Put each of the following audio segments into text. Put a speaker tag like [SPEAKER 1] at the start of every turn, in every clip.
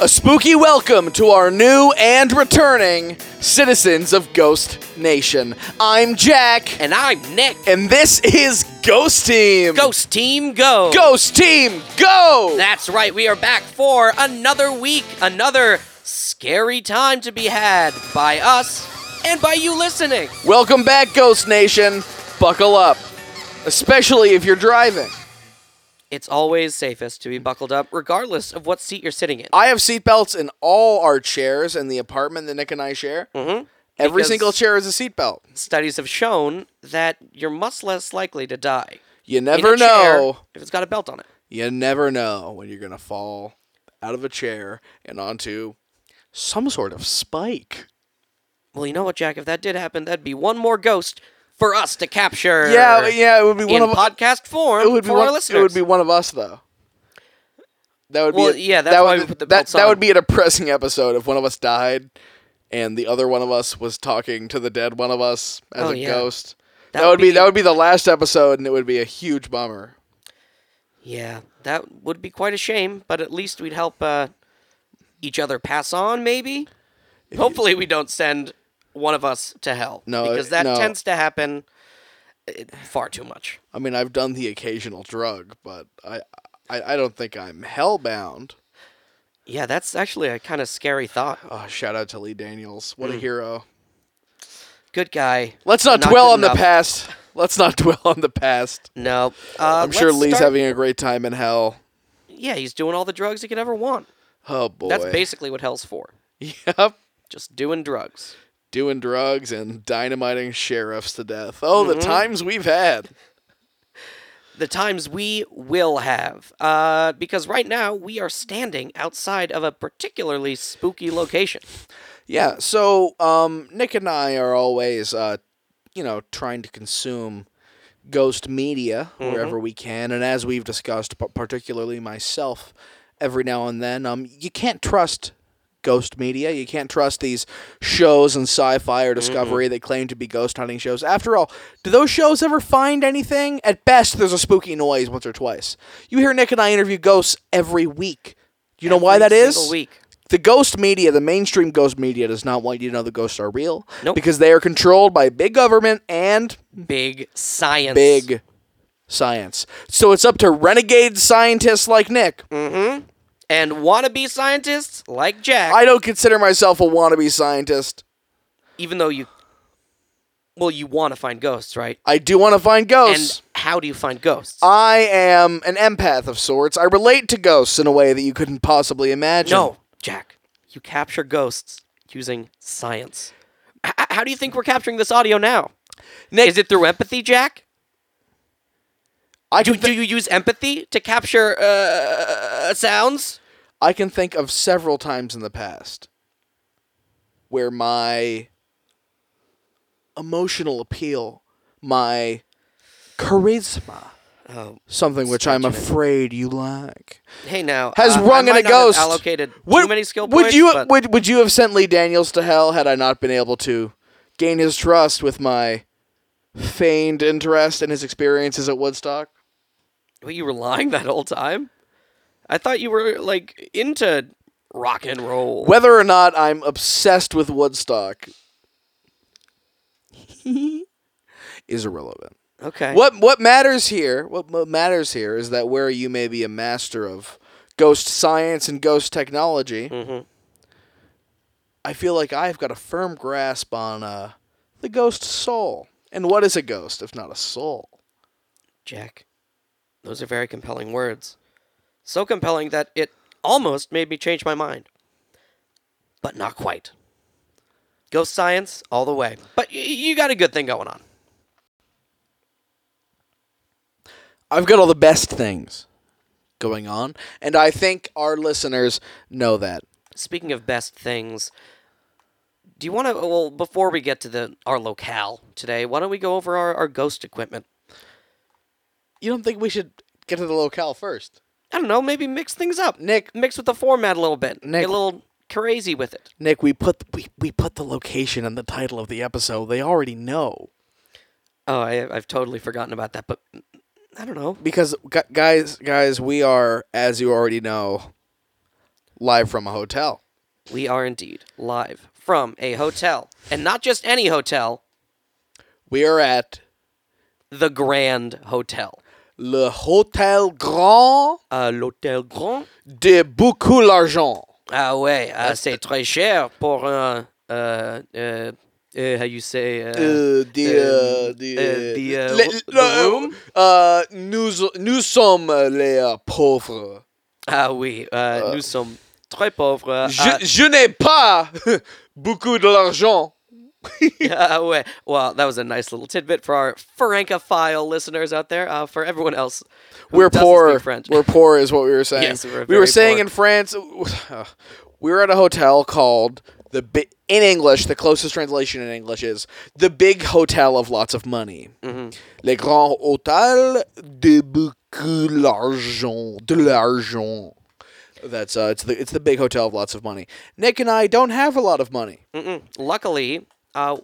[SPEAKER 1] A spooky welcome to our new and returning citizens of Ghost Nation. I'm Jack,
[SPEAKER 2] And I'm Nick.
[SPEAKER 1] and this is Ghost Team.
[SPEAKER 2] Ghost Team Go.
[SPEAKER 1] Ghost Team, go!
[SPEAKER 2] That's right. We are back for another week, another scary time to be had by us and by you listening.
[SPEAKER 1] Welcome back, Ghost Nation. Buckle up, especially if you're driving.
[SPEAKER 2] It's always safest to be buckled up, regardless of what seat you're sitting in.
[SPEAKER 1] I have seatbelts in all our chairs in the apartment that Nick and I share.
[SPEAKER 2] Mhm.
[SPEAKER 1] Every
[SPEAKER 2] Because
[SPEAKER 1] single chair is a seatbelt.
[SPEAKER 2] Studies have shown that you're much less likely to die.
[SPEAKER 1] You
[SPEAKER 2] in a
[SPEAKER 1] never
[SPEAKER 2] chair
[SPEAKER 1] know.
[SPEAKER 2] if it's got a belt on it.
[SPEAKER 1] You never know when you're going to fall out of a chair and onto some sort of spike.
[SPEAKER 2] Well, you know what, Jack? If that did happen, that'd be one more ghost for us to capture.
[SPEAKER 1] Yeah, yeah, it would be one
[SPEAKER 2] in
[SPEAKER 1] of
[SPEAKER 2] podcast form
[SPEAKER 1] it would be
[SPEAKER 2] for
[SPEAKER 1] one,
[SPEAKER 2] our
[SPEAKER 1] it
[SPEAKER 2] listeners.
[SPEAKER 1] would be one of us though. That would
[SPEAKER 2] Well,
[SPEAKER 1] be a-
[SPEAKER 2] yeah, that's
[SPEAKER 1] that
[SPEAKER 2] why
[SPEAKER 1] would,
[SPEAKER 2] we put the
[SPEAKER 1] that,
[SPEAKER 2] belts
[SPEAKER 1] that would
[SPEAKER 2] on.
[SPEAKER 1] be a depressing episode if one of us died and the other one of us was talking to the dead one of us as
[SPEAKER 2] Oh,
[SPEAKER 1] a
[SPEAKER 2] yeah.
[SPEAKER 1] ghost. That, would be, that would be the last episode and it would be a huge bummer.
[SPEAKER 2] Yeah, that would be quite a shame, but at least we'd help uh, each other pass on, maybe. Hopefully, we don't send one of us to hell.
[SPEAKER 1] No,
[SPEAKER 2] because
[SPEAKER 1] it-
[SPEAKER 2] that
[SPEAKER 1] no.
[SPEAKER 2] tends to happen uh, far too much.
[SPEAKER 1] I mean, I've done the occasional drug, but I I, I don't think I'm hellbound.
[SPEAKER 2] Yeah, that's actually a kind of scary thought.
[SPEAKER 1] Oh, shout out to Lee Daniels.
[SPEAKER 2] Mm.
[SPEAKER 1] What a hero.
[SPEAKER 2] Good guy.
[SPEAKER 1] Let's not,
[SPEAKER 2] Not
[SPEAKER 1] dwell
[SPEAKER 2] good
[SPEAKER 1] on
[SPEAKER 2] enough.
[SPEAKER 1] the past. Let's not dwell on the past.
[SPEAKER 2] No, uh,
[SPEAKER 1] I'm sure
[SPEAKER 2] let's
[SPEAKER 1] Lee's
[SPEAKER 2] start-
[SPEAKER 1] having a great time in hell.
[SPEAKER 2] Yeah, he's doing all the drugs he could ever want.
[SPEAKER 1] Oh boy.
[SPEAKER 2] That's basically what hell's for.
[SPEAKER 1] Yep.
[SPEAKER 2] Just doing drugs.
[SPEAKER 1] Doing drugs and dynamiting sheriffs to death. Oh,
[SPEAKER 2] Mm-hmm.
[SPEAKER 1] the times we've had.
[SPEAKER 2] the times we will have. Uh, because right now we are standing outside of a particularly spooky location.
[SPEAKER 1] Yeah. So, um, Nick and I are always, uh, you know, trying to consume ghost media wherever
[SPEAKER 2] Mm-hmm.
[SPEAKER 1] we can, and as we've discussed, p- particularly myself, every now and then, um, you can't trust ghost media. You can't trust these shows and sci-fi
[SPEAKER 2] Mm-hmm.
[SPEAKER 1] or discovery that claim to be ghost hunting shows. After all, do those shows ever find anything? At best, there's a spooky noise once or twice. You hear Nick and I interview ghosts every week. You know why
[SPEAKER 2] Every
[SPEAKER 1] that is?
[SPEAKER 2] single Week.
[SPEAKER 1] the ghost media, the mainstream ghost media, does not want you to know the ghosts are real
[SPEAKER 2] Nope.
[SPEAKER 1] because they are controlled by big government and
[SPEAKER 2] Big science.
[SPEAKER 1] big science. So it's up to renegade scientists like Nick.
[SPEAKER 2] Mm. And wannabe scientists like Jack,
[SPEAKER 1] I don't consider myself a wannabe scientist.
[SPEAKER 2] even though you. Well, you want to find ghosts, right?
[SPEAKER 1] I do want to find
[SPEAKER 2] And
[SPEAKER 1] ghosts.
[SPEAKER 2] how do you find ghosts?
[SPEAKER 1] I am an empath of sorts. I relate to ghosts in a way that you couldn't possibly imagine.
[SPEAKER 2] no, Jack. You capture ghosts using science. H- h- how do you think we're capturing this audio now?
[SPEAKER 1] Nick,
[SPEAKER 2] Is it through empathy, Jack?
[SPEAKER 1] I
[SPEAKER 2] Do,
[SPEAKER 1] can, thi-
[SPEAKER 2] do you use empathy to capture uh, sounds?
[SPEAKER 1] I can think of several times in the past where my emotional appeal, my charisma,
[SPEAKER 2] Oh,
[SPEAKER 1] something which I'm afraid you lack,
[SPEAKER 2] hey now.
[SPEAKER 1] has
[SPEAKER 2] uh, I
[SPEAKER 1] rung in
[SPEAKER 2] might
[SPEAKER 1] a
[SPEAKER 2] not have
[SPEAKER 1] ghost.
[SPEAKER 2] Allocated
[SPEAKER 1] would,
[SPEAKER 2] too many skill
[SPEAKER 1] would
[SPEAKER 2] points.
[SPEAKER 1] You,
[SPEAKER 2] but
[SPEAKER 1] would, would you have sent Lee Daniels to hell had I not been able to gain his trust with my feigned interest in his experiences at Woodstock?
[SPEAKER 2] Wait, you were lying that whole time? I thought you were like into rock and roll.
[SPEAKER 1] Whether or not I'm obsessed with Woodstock is irrelevant.
[SPEAKER 2] okay.
[SPEAKER 1] What what matters here? What, what matters here is that where you may be a master of ghost science and ghost technology,
[SPEAKER 2] Mhm.
[SPEAKER 1] I feel like I've got a firm grasp on uh, the ghost soul. And what is a ghost if not a soul?
[SPEAKER 2] Jack? Those are very compelling words. So compelling that it almost made me change my mind. But not quite. Ghost science all the way. But y- you got a good thing going on.
[SPEAKER 1] I've got all the best things going on, and I think our listeners know that.
[SPEAKER 2] Speaking of best things, do you want to? Well, before we get to the our locale today, why don't we go over our, our ghost equipment?
[SPEAKER 1] You don't think we should get to the locale first,
[SPEAKER 2] I don't know, maybe mix things up,
[SPEAKER 1] Nick?
[SPEAKER 2] mix with the format a little bit,
[SPEAKER 1] Nick.
[SPEAKER 2] get a little crazy with it.
[SPEAKER 1] Nick, we put we, we put the location and the title of the episode. They already know.
[SPEAKER 2] Oh, I, I've totally forgotten about that, but I don't know.
[SPEAKER 1] because gu- guys guys we are as you already know live from a hotel.
[SPEAKER 2] We are indeed live from a hotel, and not just any hotel,
[SPEAKER 1] We are at
[SPEAKER 2] the Grand Hotel.
[SPEAKER 1] Le Hotel Grand
[SPEAKER 2] Uh, L'Hôtel Grand.
[SPEAKER 1] de Beaucoup l'Argent.
[SPEAKER 2] Ah ouais, ah, c'est très cher pour un. Uh, uh, uh, how you say? Uh,
[SPEAKER 1] Uh, the, uh,
[SPEAKER 2] um,
[SPEAKER 1] the,
[SPEAKER 2] uh, the, uh,
[SPEAKER 1] le-
[SPEAKER 2] ro-
[SPEAKER 1] le-
[SPEAKER 2] the room?
[SPEAKER 1] Uh, nous, nous sommes les uh, pauvres.
[SPEAKER 2] ah oui, uh, nous sommes très pauvres.
[SPEAKER 1] Je,
[SPEAKER 2] ah,
[SPEAKER 1] je n'ai pas beaucoup de l'argent.
[SPEAKER 2] ah ouais. Well, that was a nice little tidbit for our Francophile listeners out there. Uh, for everyone else, who
[SPEAKER 1] We're
[SPEAKER 2] doesn't
[SPEAKER 1] poor.
[SPEAKER 2] Speak French.
[SPEAKER 1] We're poor, is what we were saying.
[SPEAKER 2] Yes, we're
[SPEAKER 1] we were
[SPEAKER 2] very
[SPEAKER 1] saying
[SPEAKER 2] poor.
[SPEAKER 1] in France, we were at a hotel called the Bi- in English. The closest translation in English is the Big Hotel of Lots of Money.
[SPEAKER 2] Mm-hmm.
[SPEAKER 1] Le Grand Hôtel de beaucoup l'argent, de l'argent. That's uh, it's the it's the Big Hotel of Lots of Money. Nick and I don't have a lot of money.
[SPEAKER 2] Mm-mm. Luckily, uh,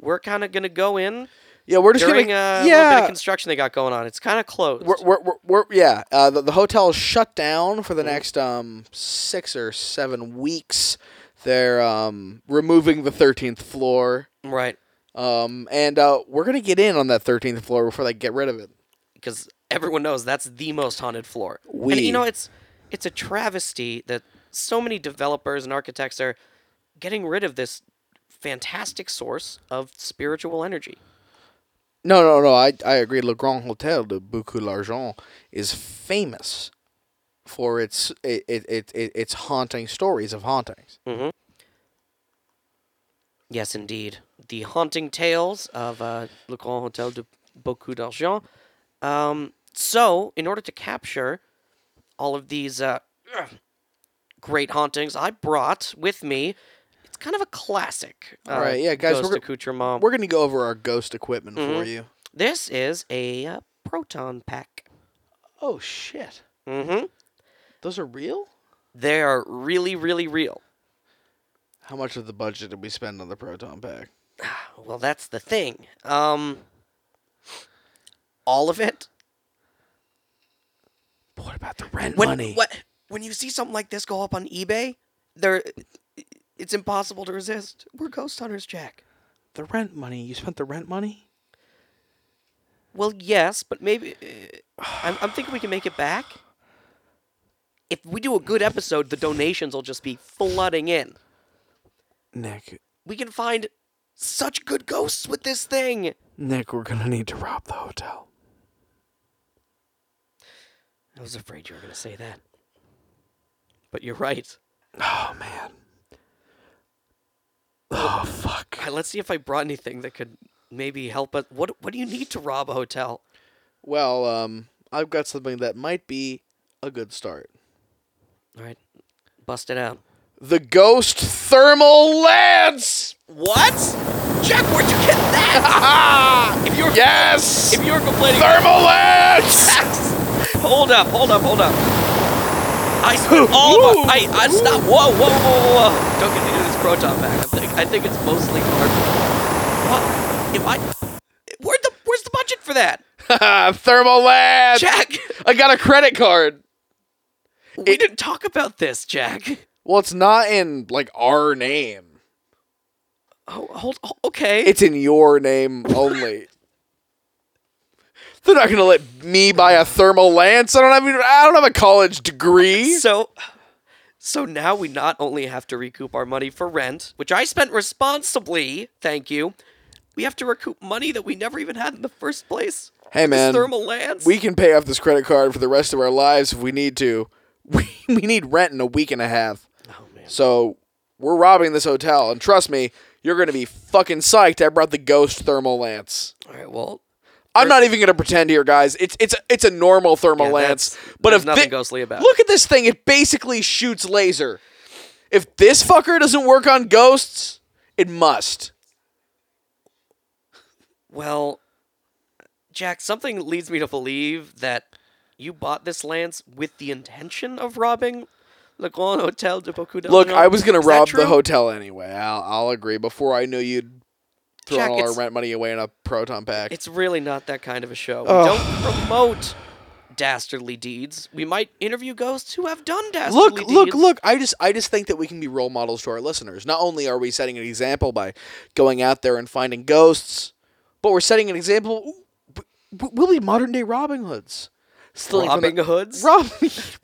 [SPEAKER 2] we're kind of gonna go in
[SPEAKER 1] Yeah, we're just
[SPEAKER 2] during
[SPEAKER 1] gonna
[SPEAKER 2] uh, a little bit
[SPEAKER 1] yeah.
[SPEAKER 2] of construction they got going on. It's kind of closed.
[SPEAKER 1] we're, we're, we're, we're yeah uh, the, the hotel shut down for the next um six or seven weeks they're um removing the 13th floor
[SPEAKER 2] right,
[SPEAKER 1] um and uh we're gonna get in on that 13th floor before they get rid of it
[SPEAKER 2] because everyone knows that's the most haunted floor. And
[SPEAKER 1] We-
[SPEAKER 2] you know, it's it's a travesty that so many developers and architects are getting rid of this fantastic source of spiritual energy.
[SPEAKER 1] no no no i, I agree le grand hotel de beaucoup l'argent is famous for its it, it, it, it, its haunting stories of hauntings
[SPEAKER 2] Yes, indeed. The haunting tales of uh, Le Grand Hotel de Beaucoup d'Argent. Um, so, in order to capture all of these uh, great hauntings, I brought with me. It's kind of a classic. Uh,
[SPEAKER 1] All right, yeah, guys,
[SPEAKER 2] Ghost
[SPEAKER 1] we're-
[SPEAKER 2] accoutrement.
[SPEAKER 1] we're gonna go over our ghost equipment for you
[SPEAKER 2] This is a uh, proton pack.
[SPEAKER 1] oh shit
[SPEAKER 2] Mm-hmm.
[SPEAKER 1] those are real
[SPEAKER 2] They are really, really real.
[SPEAKER 1] how much of the budget did we spend on the proton pack
[SPEAKER 2] Well, that's the thing. Um, all of it.
[SPEAKER 1] But what about the rent
[SPEAKER 2] when,
[SPEAKER 1] money?
[SPEAKER 2] What, when you see something like this go up on eBay, there, it's impossible to resist. We're ghost hunters, Jack.
[SPEAKER 1] The rent money. You spent the rent money?
[SPEAKER 2] Well, yes, but maybe uh, I'm, I'm thinking we can make it back. If we do a good episode, the donations will just be flooding in.
[SPEAKER 1] Nick,
[SPEAKER 2] We can find such good ghosts with this thing.
[SPEAKER 1] Nick, we're gonna need to rob the hotel.
[SPEAKER 2] I was afraid you were going to say that. But you're right.
[SPEAKER 1] Oh man. Oh fuck.
[SPEAKER 2] All right, let's see if I brought anything that could maybe help us. What What do you need to rob a hotel?
[SPEAKER 1] Well, um, I've got something that might be a good start.
[SPEAKER 2] All right, bust it out.
[SPEAKER 1] The ghost thermal lance.
[SPEAKER 2] What? Jack, where'd you get that? if you're
[SPEAKER 1] Ah! Yes.
[SPEAKER 2] if you're complaining,
[SPEAKER 1] Thermal lance.
[SPEAKER 2] hold up, hold up, hold up. I spent all
[SPEAKER 1] Ooh.
[SPEAKER 2] my, I, I stop. Whoa, whoa, whoa, whoa, whoa! Don't get into this proton pack. I think I think it's mostly hardware. What? If I, where the where's the budget for that,
[SPEAKER 1] thermal lance.
[SPEAKER 2] Jack?
[SPEAKER 1] I got a credit card.
[SPEAKER 2] We didn't talk about this, Jack.
[SPEAKER 1] Well, it's not in like our name.
[SPEAKER 2] Oh, hold. oh, Okay.
[SPEAKER 1] It's in your name only. They're not gonna let me buy a thermal lance. I don't have. even- I don't have a college degree.
[SPEAKER 2] So so now we not only have to recoup our money for rent, which I spent responsibly, thank you. We have to recoup money that we never even had in the first place.
[SPEAKER 1] Hey,
[SPEAKER 2] This
[SPEAKER 1] man.
[SPEAKER 2] thermal lands.
[SPEAKER 1] We can pay off this credit card for the rest of our lives if we need to. We we need rent in a week and a half.
[SPEAKER 2] oh man.
[SPEAKER 1] So we're robbing this hotel, and trust me, you're gonna be fucking psyched. I brought the ghost thermal lance.
[SPEAKER 2] All right. Well,
[SPEAKER 1] I'm not even gonna pretend here, guys. It's it's a, it's a normal thermal
[SPEAKER 2] Yeah,
[SPEAKER 1] lance,
[SPEAKER 2] that's-
[SPEAKER 1] but
[SPEAKER 2] there's
[SPEAKER 1] if
[SPEAKER 2] nothing
[SPEAKER 1] thi-
[SPEAKER 2] ghostly about it.
[SPEAKER 1] Look at this thing. It basically shoots laser. If this fucker doesn't work on ghosts, it must.
[SPEAKER 2] well, Jack, something leads me to believe that you bought this lance with the intention of robbing Le Grand Hotel de Boku
[SPEAKER 1] Look, I was gonna
[SPEAKER 2] Oh, Is that
[SPEAKER 1] rob
[SPEAKER 2] true?
[SPEAKER 1] the hotel anyway. I'll, I'll agree. Before I knew you'd thrown
[SPEAKER 2] Jack,
[SPEAKER 1] all our
[SPEAKER 2] it's-
[SPEAKER 1] rent money away in a proton pack.
[SPEAKER 2] It's really not that kind of a show. We
[SPEAKER 1] Oh.
[SPEAKER 2] don't promote dastardly deeds, we might interview ghosts who have done dastardly
[SPEAKER 1] Look,
[SPEAKER 2] deeds.
[SPEAKER 1] look, look! I just, I just think that we can be role models to our listeners. Not only are we setting an example by going out there and finding ghosts, but we're setting an example. We'll be modern day Robin Hoods, stealing from the-
[SPEAKER 2] Robin Hoods?
[SPEAKER 1] Rob,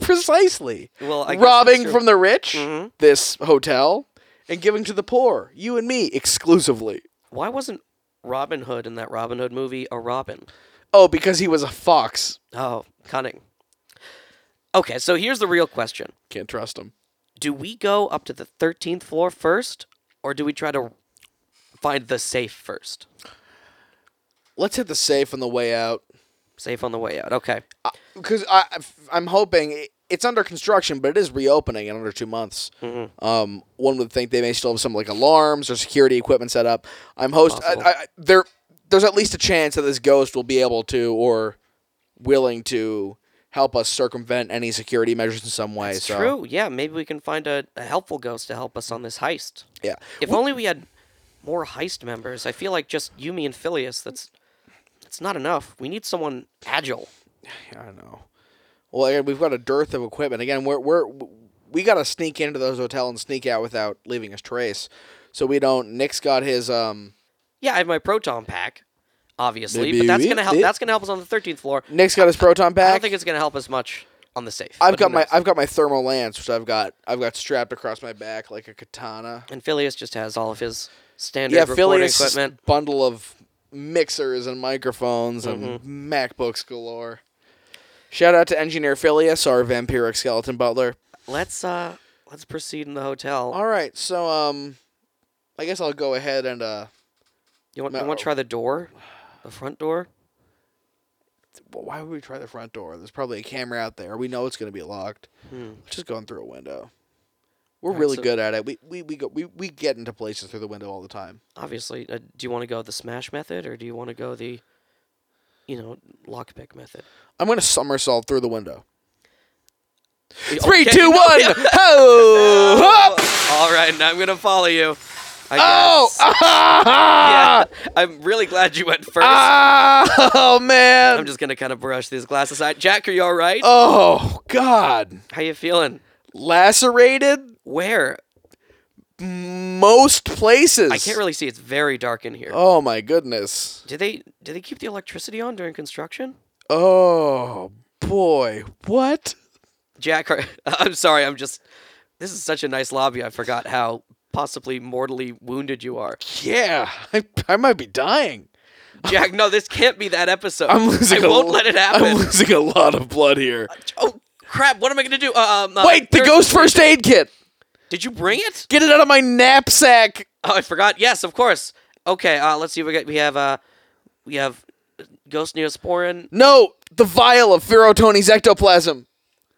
[SPEAKER 1] precisely.
[SPEAKER 2] Well, I guess that's
[SPEAKER 1] robbing
[SPEAKER 2] true. Mm-hmm.
[SPEAKER 1] from the rich, this hotel, and giving to the poor, you and me exclusively.
[SPEAKER 2] Why wasn't Robin Hood in that Robin Hood movie a Robin?
[SPEAKER 1] Oh, because he was a fox.
[SPEAKER 2] Oh, cunning. Okay, so here's the real question.
[SPEAKER 1] Can't trust him.
[SPEAKER 2] Do we go up to the 13th floor first or do we try to find the safe first?
[SPEAKER 1] Let's hit the safe on the way out,
[SPEAKER 2] Safe on the way out. Okay.
[SPEAKER 1] because I, I'm hoping i- it's under construction, but it is reopening in under two months.
[SPEAKER 2] Mm-hmm.
[SPEAKER 1] Um, one would think they may still have some like alarms or security equipment set up. I'm host. I,
[SPEAKER 2] Possible.
[SPEAKER 1] I, I- there, there's at least a chance that this ghost will be able to or willing to help us circumvent any security measures in some way.
[SPEAKER 2] It's
[SPEAKER 1] so.
[SPEAKER 2] true. Yeah, maybe we can find a, a helpful ghost to help us on this heist.
[SPEAKER 1] Yeah.
[SPEAKER 2] If only we had more heist members. I feel like just Yumi and Phileas, that's that's not enough. We need someone agile.
[SPEAKER 1] I don't know. Well, again, we've got a dearth of equipment. Again, we're we're we got to sneak into those hotel and sneak out without leaving us trace, so we don't. Nick's got his um.
[SPEAKER 2] Yeah, I have my proton pack, obviously,
[SPEAKER 1] Maybe
[SPEAKER 2] but that's
[SPEAKER 1] we
[SPEAKER 2] gonna help.
[SPEAKER 1] did.
[SPEAKER 2] That's gonna help us on the 13th floor.
[SPEAKER 1] Nick's got his proton
[SPEAKER 2] I
[SPEAKER 1] pack.
[SPEAKER 2] don't think it's gonna help us much on the safe.
[SPEAKER 1] I've
[SPEAKER 2] but who
[SPEAKER 1] got my
[SPEAKER 2] knows?
[SPEAKER 1] I've got my thermal lance, which I've got I've got strapped across my back like a katana.
[SPEAKER 2] and Phileas just has all of his standard
[SPEAKER 1] Yeah,
[SPEAKER 2] recording
[SPEAKER 1] Philly's
[SPEAKER 2] equipment.
[SPEAKER 1] bundle of mixers and microphones and
[SPEAKER 2] Mm-hmm.
[SPEAKER 1] MacBooks galore. Shout out to engineer Phileas, our vampiric skeleton butler.
[SPEAKER 2] Let's uh, let's proceed in the hotel.
[SPEAKER 1] All right, so um, I guess I'll go ahead and uh.
[SPEAKER 2] you want
[SPEAKER 1] no.
[SPEAKER 2] you want to try the door, the front door?
[SPEAKER 1] well, why would we try the front door? There's probably a camera out there. We know it's going to be locked. Just going through a window. We're
[SPEAKER 2] Alright,
[SPEAKER 1] really
[SPEAKER 2] Hmm. so-
[SPEAKER 1] good at it. We we we, go, we we get into places through the window all the time.
[SPEAKER 2] Obviously, uh, do you want to go the smash method or do you want to go the, you know, lockpick method?
[SPEAKER 1] I'm going to somersault through the window.
[SPEAKER 2] Okay,
[SPEAKER 1] Three, two,
[SPEAKER 2] no,
[SPEAKER 1] one.
[SPEAKER 2] yeah.
[SPEAKER 1] Ho! Hop!
[SPEAKER 2] All right, now I'm gonna follow you. I
[SPEAKER 1] Oh!
[SPEAKER 2] guess.
[SPEAKER 1] Ah!
[SPEAKER 2] Yeah, I'm really glad you went first.
[SPEAKER 1] Ah! Oh man.
[SPEAKER 2] I'm just gonna kind of brush these glasses aside. Jack, are you all right?
[SPEAKER 1] oh god.
[SPEAKER 2] How you feeling?
[SPEAKER 1] Lacerated
[SPEAKER 2] Where?
[SPEAKER 1] most places.
[SPEAKER 2] I can't really see. It's very dark in here.
[SPEAKER 1] Oh my goodness.
[SPEAKER 2] Do they do they keep the electricity on during construction?
[SPEAKER 1] Oh boy. What?
[SPEAKER 2] Jack, are, I'm sorry. I'm just. This is such a nice lobby. I forgot how possibly mortally wounded you are.
[SPEAKER 1] Yeah, I, I might be dying.
[SPEAKER 2] Jack, no, this can't be that episode.
[SPEAKER 1] I'm losing.
[SPEAKER 2] I
[SPEAKER 1] a
[SPEAKER 2] won't
[SPEAKER 1] l-
[SPEAKER 2] let it
[SPEAKER 1] I'm
[SPEAKER 2] happen.
[SPEAKER 1] losing a lot of blood here.
[SPEAKER 2] Oh crap! What am I gonna do? Uh, um, uh,
[SPEAKER 1] Wait, the
[SPEAKER 2] first-
[SPEAKER 1] ghost first aid kit.
[SPEAKER 2] Did you bring it?
[SPEAKER 1] Get it out of my knapsack.
[SPEAKER 2] Oh, I forgot. Yes, of course. Okay, uh, let's see. We got we have uh, we have Ghost Neosporin.
[SPEAKER 1] No, the vial of Ferrotony's ectoplasm.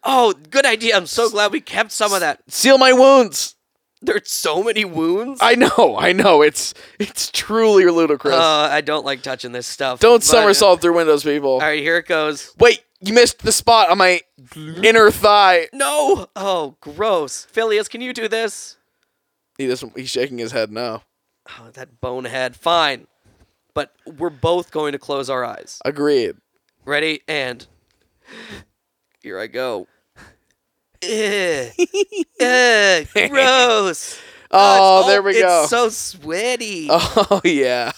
[SPEAKER 2] Oh, good idea. I'm so glad we kept some of that.
[SPEAKER 1] Seal my wounds.
[SPEAKER 2] There's so many wounds.
[SPEAKER 1] I know, I know. It's it's truly ludicrous.
[SPEAKER 2] uh, I don't like touching this stuff.
[SPEAKER 1] Don't
[SPEAKER 2] but- uh,
[SPEAKER 1] somersault through windows, people.
[SPEAKER 2] All right, here it goes.
[SPEAKER 1] Wait, you missed the spot on my inner thigh.
[SPEAKER 2] No. Oh, gross. Phileas, can you do this?
[SPEAKER 1] He doesn't. He's shaking his head no.
[SPEAKER 2] Oh, that bonehead. Fine, but we're both going to close our eyes.
[SPEAKER 1] Agreed.
[SPEAKER 2] Ready and here I go. Ugh. Ugh, gross.
[SPEAKER 1] Oh,
[SPEAKER 2] it's all-
[SPEAKER 1] there we go.
[SPEAKER 2] It's so sweaty. Uh,
[SPEAKER 1] Oh yeah.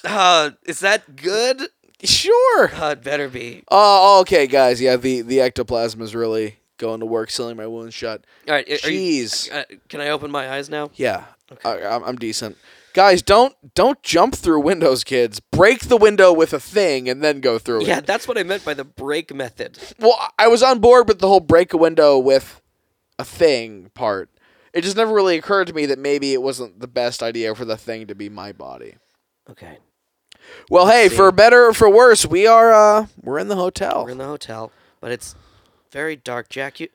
[SPEAKER 2] is that good?
[SPEAKER 1] Sure.
[SPEAKER 2] Uh, it better be.
[SPEAKER 1] Oh, okay, guys. Yeah, the the ectoplasm is really going to work, sealing my wounds shut.
[SPEAKER 2] All right. Are you,
[SPEAKER 1] Jeez.
[SPEAKER 2] uh, can I open my eyes now?
[SPEAKER 1] yeah, I, I'm, I'm decent. Guys, don't don't jump through windows, kids. Break the window with a thing and then go through
[SPEAKER 2] Yeah,
[SPEAKER 1] it.
[SPEAKER 2] that's what I meant by the break method.
[SPEAKER 1] Well, I- I was on board with the whole break a window with a thing part. It just never really occurred to me that maybe it wasn't the best idea for the thing to be my body.
[SPEAKER 2] Okay.
[SPEAKER 1] Well, hey, for better or for worse, we are uh we're in the hotel.
[SPEAKER 2] We're in the hotel, but it's very dark. Jack, you.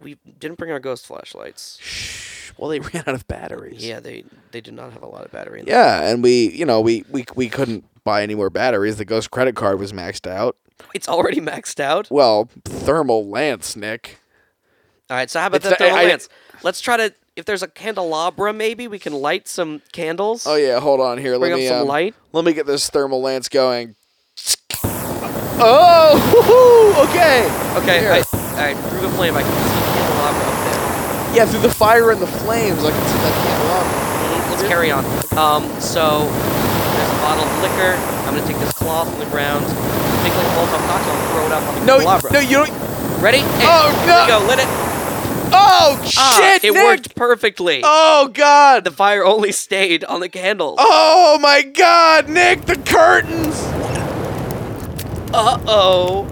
[SPEAKER 2] We didn't bring our ghost flashlights.
[SPEAKER 1] Well, they ran out of batteries.
[SPEAKER 2] Yeah, they they did not have a lot of battery in them.
[SPEAKER 1] Yeah, and we, you know, we we we couldn't buy any more batteries. The ghost credit card was maxed out.
[SPEAKER 2] It's already maxed out.
[SPEAKER 1] Well, thermal lance, Nick.
[SPEAKER 2] All right, so how about
[SPEAKER 1] It's
[SPEAKER 2] that
[SPEAKER 1] the-
[SPEAKER 2] thermal
[SPEAKER 1] I- I-
[SPEAKER 2] lance? Let's try to. If there's a candelabra, maybe we can light some candles.
[SPEAKER 1] Oh yeah, hold on here. let
[SPEAKER 2] Bring up
[SPEAKER 1] me
[SPEAKER 2] some
[SPEAKER 1] um,
[SPEAKER 2] light.
[SPEAKER 1] Let me get this thermal lance going. Oh, woo-hoo, okay.
[SPEAKER 2] Okay,
[SPEAKER 1] Here.
[SPEAKER 2] I, I threw the flame. I can see the candelabra up there.
[SPEAKER 1] Yeah, through the fire and the flames, I can see that
[SPEAKER 2] Mhm, Let's carry on. Um, so there's a bottle of liquor. I'm gonna take this cloth from the ground, make like a Molotov cocktail, and throw it up on the
[SPEAKER 1] candelabra. No,
[SPEAKER 2] candelabra.
[SPEAKER 1] no, you don't.
[SPEAKER 2] Ready? Hey,
[SPEAKER 1] Oh,
[SPEAKER 2] here
[SPEAKER 1] no.
[SPEAKER 2] we go. Lit it.
[SPEAKER 1] Oh shit!
[SPEAKER 2] Ah, it
[SPEAKER 1] Nick!
[SPEAKER 2] worked perfectly.
[SPEAKER 1] Oh god!
[SPEAKER 2] The fire only stayed on the candle.
[SPEAKER 1] oh my god, Nick! The curtains.
[SPEAKER 2] Uh oh.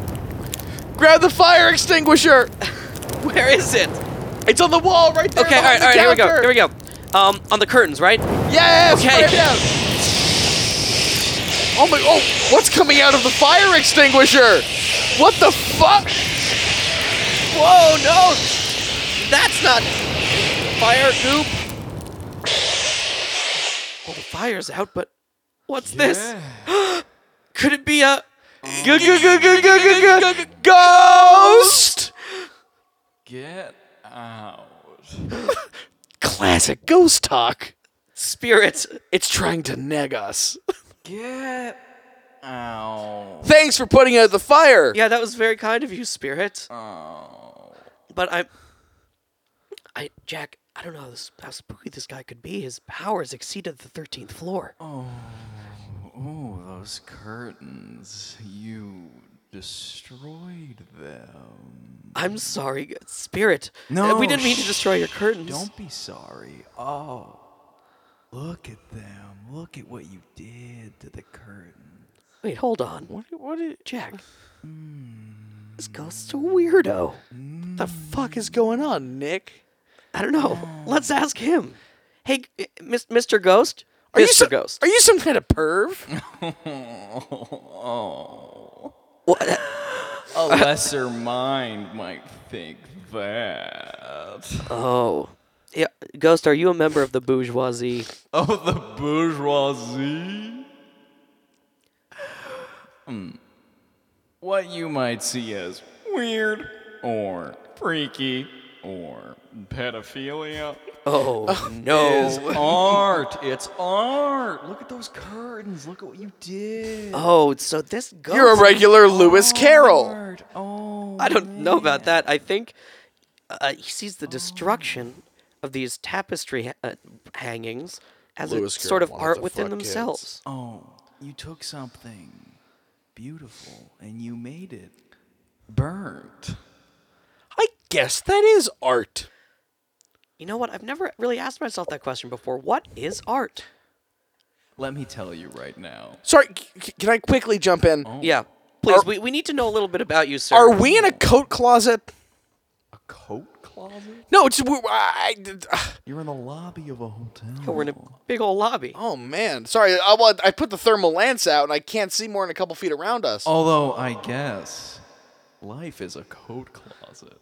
[SPEAKER 1] Grab the fire extinguisher.
[SPEAKER 2] Where is it?
[SPEAKER 1] It's on the wall right there.
[SPEAKER 2] Okay, all right, all right. Here we go. Here we go. Um, on the curtains, right?
[SPEAKER 1] Yes.
[SPEAKER 2] Okay.
[SPEAKER 1] right down. Oh my! Oh, what's coming out of the fire extinguisher? What the fuck? Whoa! No.
[SPEAKER 2] That's not fire goop. Oh, the fire's out, but what's this? Could it be a?
[SPEAKER 1] G- g- g- g- g- g- g- Ghost.
[SPEAKER 3] Get out.
[SPEAKER 1] Classic ghost talk.
[SPEAKER 2] spirit.
[SPEAKER 1] It's trying to neg us.
[SPEAKER 3] Get out.
[SPEAKER 1] Thanks for putting out the fire.
[SPEAKER 2] Yeah, that was very kind of you, spirit.
[SPEAKER 3] Oh.
[SPEAKER 2] But I'm, I Jack. I don't know how, this, how spooky this guy could be. His powers exceeded the thirteenth floor.
[SPEAKER 3] Oh, those curtains. You destroyed them.
[SPEAKER 2] I'm sorry, g- spirit.
[SPEAKER 3] No,
[SPEAKER 2] we didn't mean to
[SPEAKER 3] shh.
[SPEAKER 2] destroy your curtains.
[SPEAKER 3] Don't be sorry. Oh. Look at them. Look at what you did to the curtain.
[SPEAKER 2] Wait, hold on. What? What? Did, Jack.
[SPEAKER 3] Hmm.
[SPEAKER 2] This ghost's a weirdo.
[SPEAKER 1] What the fuck is going on, Nick?
[SPEAKER 2] I don't know. Let's ask him. Hey, g- mis- Mr. Ghost.
[SPEAKER 1] Are you
[SPEAKER 2] Mr.
[SPEAKER 1] some,
[SPEAKER 2] Ghost.
[SPEAKER 1] Are you some kind of perv? Oh.
[SPEAKER 2] What?
[SPEAKER 3] A lesser mind might think that.
[SPEAKER 2] Oh. Yeah, Ghost, are you a member of the bourgeoisie?
[SPEAKER 3] Oh, the bourgeoisie? Hmm. What you might see as weird or freaky or pedophilia
[SPEAKER 2] Oh, no.
[SPEAKER 3] is art. It's art. Look at those curtains. Look at what you did.
[SPEAKER 2] Oh, so this ghost.
[SPEAKER 1] You're a regular Lewis Carroll.
[SPEAKER 3] Art. Oh.
[SPEAKER 2] I don't know about that. I think uh, he sees the destruction of these tapestry ha- uh, hangings as
[SPEAKER 1] Lewis
[SPEAKER 2] a sort of
[SPEAKER 1] Carroll wanted
[SPEAKER 2] art
[SPEAKER 1] to
[SPEAKER 2] within
[SPEAKER 1] fuck kids.
[SPEAKER 2] themselves.
[SPEAKER 3] Oh, you took something beautiful and you made it burnt.
[SPEAKER 1] I guess that is art.
[SPEAKER 2] You know what? I've never really asked myself that question before. What is art?
[SPEAKER 3] Let me tell you right now.
[SPEAKER 1] Sorry, c- c- can I quickly jump in?
[SPEAKER 2] Yeah. Please,
[SPEAKER 1] Oh. Are-
[SPEAKER 2] we, we need to know a little bit about you, sir.
[SPEAKER 1] Are we in a coat closet?
[SPEAKER 3] A coat closet?
[SPEAKER 1] No, it's. we- I, I-
[SPEAKER 3] You're in the lobby of a hotel.
[SPEAKER 2] We're in a big old lobby.
[SPEAKER 1] oh man, sorry. I, well, I put the thermal lance out and I can't see more than a couple feet around us.
[SPEAKER 3] Although I guess life is a coat closet.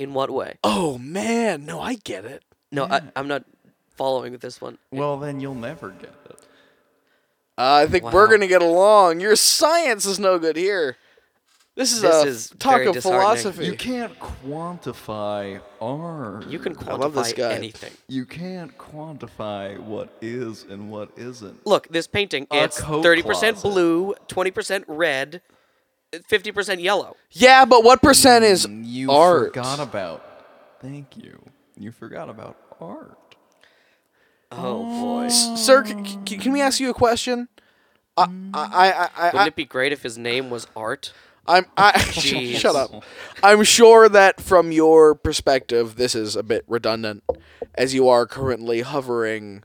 [SPEAKER 2] In what way?
[SPEAKER 1] Oh, man, no, I get it.
[SPEAKER 2] No, I, I'm not following with this one.
[SPEAKER 3] Well, then you'll never get it.
[SPEAKER 1] Uh, I think we're gonna get along. Your science is no good here. This is
[SPEAKER 2] This
[SPEAKER 1] a
[SPEAKER 2] is
[SPEAKER 1] talk
[SPEAKER 2] very
[SPEAKER 1] of
[SPEAKER 2] disheartening.
[SPEAKER 1] philosophy.
[SPEAKER 3] You can't quantify art.
[SPEAKER 2] You can
[SPEAKER 1] I love this
[SPEAKER 2] quantify
[SPEAKER 1] guy.
[SPEAKER 2] anything.
[SPEAKER 3] You can't quantify what is and what isn't.
[SPEAKER 2] Look, this painting,
[SPEAKER 3] A
[SPEAKER 2] it's
[SPEAKER 3] coat
[SPEAKER 2] 30%
[SPEAKER 3] closet.
[SPEAKER 2] blue, 20% red, 50% yellow.
[SPEAKER 1] Yeah, but what percent is
[SPEAKER 3] Mm, You
[SPEAKER 1] art?
[SPEAKER 3] forgot about. Thank you. You forgot about art.
[SPEAKER 2] Oh, boy.
[SPEAKER 1] Sir, c- c- can we ask you a question? I, I, I, I,
[SPEAKER 2] Wouldn't
[SPEAKER 1] I
[SPEAKER 2] it be great if his name was Art?
[SPEAKER 1] I'm, I,
[SPEAKER 2] Jeez.
[SPEAKER 1] shut up. I'm sure that from your perspective, this is a bit redundant, as you are currently hovering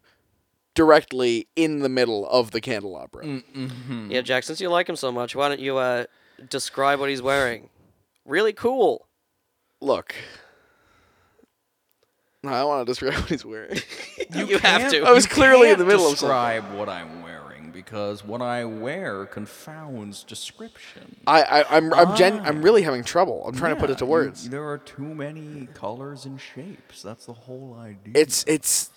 [SPEAKER 1] directly in the middle of the candelabra. Hmm.
[SPEAKER 2] Yeah, Jack, since you like him so much, why don't you uh, describe what he's wearing? Really cool.
[SPEAKER 1] Look, no, I want to describe what he's wearing.
[SPEAKER 2] You, have
[SPEAKER 3] can't-
[SPEAKER 2] to.
[SPEAKER 1] I was
[SPEAKER 3] You
[SPEAKER 1] clearly in
[SPEAKER 3] can't
[SPEAKER 1] the middle of something.
[SPEAKER 3] describe what I'm wearing because what I wear confounds description.
[SPEAKER 1] I, I, I'm, I'm, gen- I'm really having trouble. I'm trying to put
[SPEAKER 3] Ah. Yeah,
[SPEAKER 1] it to
[SPEAKER 3] you-
[SPEAKER 1] words.
[SPEAKER 3] there are too many colors and shapes. That's the whole idea.
[SPEAKER 1] It's, it's.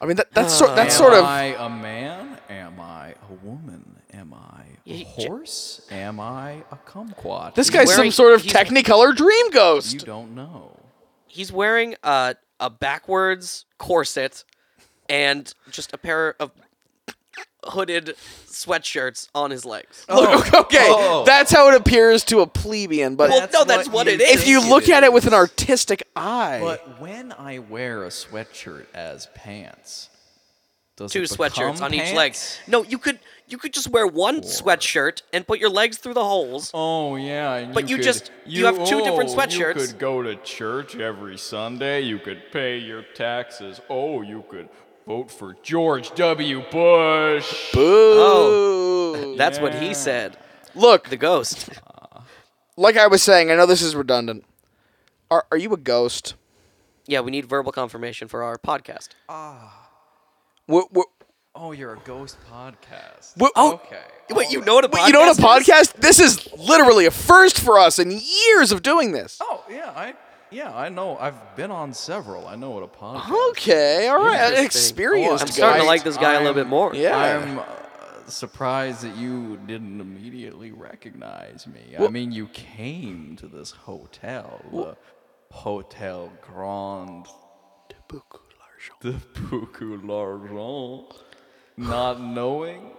[SPEAKER 1] I mean, that, that's sort, that's
[SPEAKER 3] Am
[SPEAKER 1] sort of.
[SPEAKER 3] I a man? Am I a woman? Am I a
[SPEAKER 2] You j-
[SPEAKER 3] horse? Am I a kumquat?
[SPEAKER 1] This
[SPEAKER 3] You-
[SPEAKER 1] guy's some
[SPEAKER 2] wearing-
[SPEAKER 1] sort of
[SPEAKER 2] he's-
[SPEAKER 1] Technicolor dream ghost.
[SPEAKER 3] You don't know.
[SPEAKER 2] he's wearing a, a backwards corset and just a pair of hooded sweatshirts on his legs.
[SPEAKER 1] Look, okay,
[SPEAKER 3] Oh.
[SPEAKER 1] that's how it appears to a plebeian, but
[SPEAKER 2] Well, no, that's what it is.
[SPEAKER 1] if you
[SPEAKER 3] think
[SPEAKER 1] look at it with an
[SPEAKER 3] is.
[SPEAKER 1] artistic eye,
[SPEAKER 3] But when I wear a sweatshirt as pants, does
[SPEAKER 2] Two
[SPEAKER 3] it
[SPEAKER 2] sweatshirts
[SPEAKER 3] become
[SPEAKER 2] on each leg.
[SPEAKER 3] pants?
[SPEAKER 2] No, you could you could just wear one sweatshirt and put your legs through the holes.
[SPEAKER 3] Oh yeah, and
[SPEAKER 2] But you
[SPEAKER 3] could-
[SPEAKER 2] just- you have two different
[SPEAKER 4] oh,
[SPEAKER 2] sweatshirts.
[SPEAKER 4] You could go to church every Sunday. You could pay your taxes. Oh, you could vote for George W. Bush.
[SPEAKER 1] boo.
[SPEAKER 2] Oh, That's what he
[SPEAKER 4] Yeah.
[SPEAKER 2] said.
[SPEAKER 1] look,
[SPEAKER 2] The ghost.
[SPEAKER 1] like I was saying, I know this is redundant. Are are you a ghost?
[SPEAKER 2] Yeah, we need verbal confirmation for our podcast.
[SPEAKER 1] What, what,
[SPEAKER 3] Oh, you're a ghost podcast.
[SPEAKER 1] what, oh,
[SPEAKER 3] Okay.
[SPEAKER 2] Wait, you know what a podcast
[SPEAKER 1] wait, you know what a
[SPEAKER 2] is?
[SPEAKER 1] podcast? This is literally a first for us in years of doing this.
[SPEAKER 3] Oh yeah, I yeah I know. I've been on several. I know what a podcast.
[SPEAKER 1] Okay, all right, an
[SPEAKER 2] Interesting. Oh,
[SPEAKER 1] experienced
[SPEAKER 2] I'm starting to
[SPEAKER 1] guy.
[SPEAKER 2] like this guy a little
[SPEAKER 3] I'm-
[SPEAKER 2] bit more.
[SPEAKER 1] Yeah.
[SPEAKER 3] I'm uh, surprised that you didn't immediately recognize me. I mean, you came to this hotel, the Hotel Grand de Pucu l'Argent, not knowing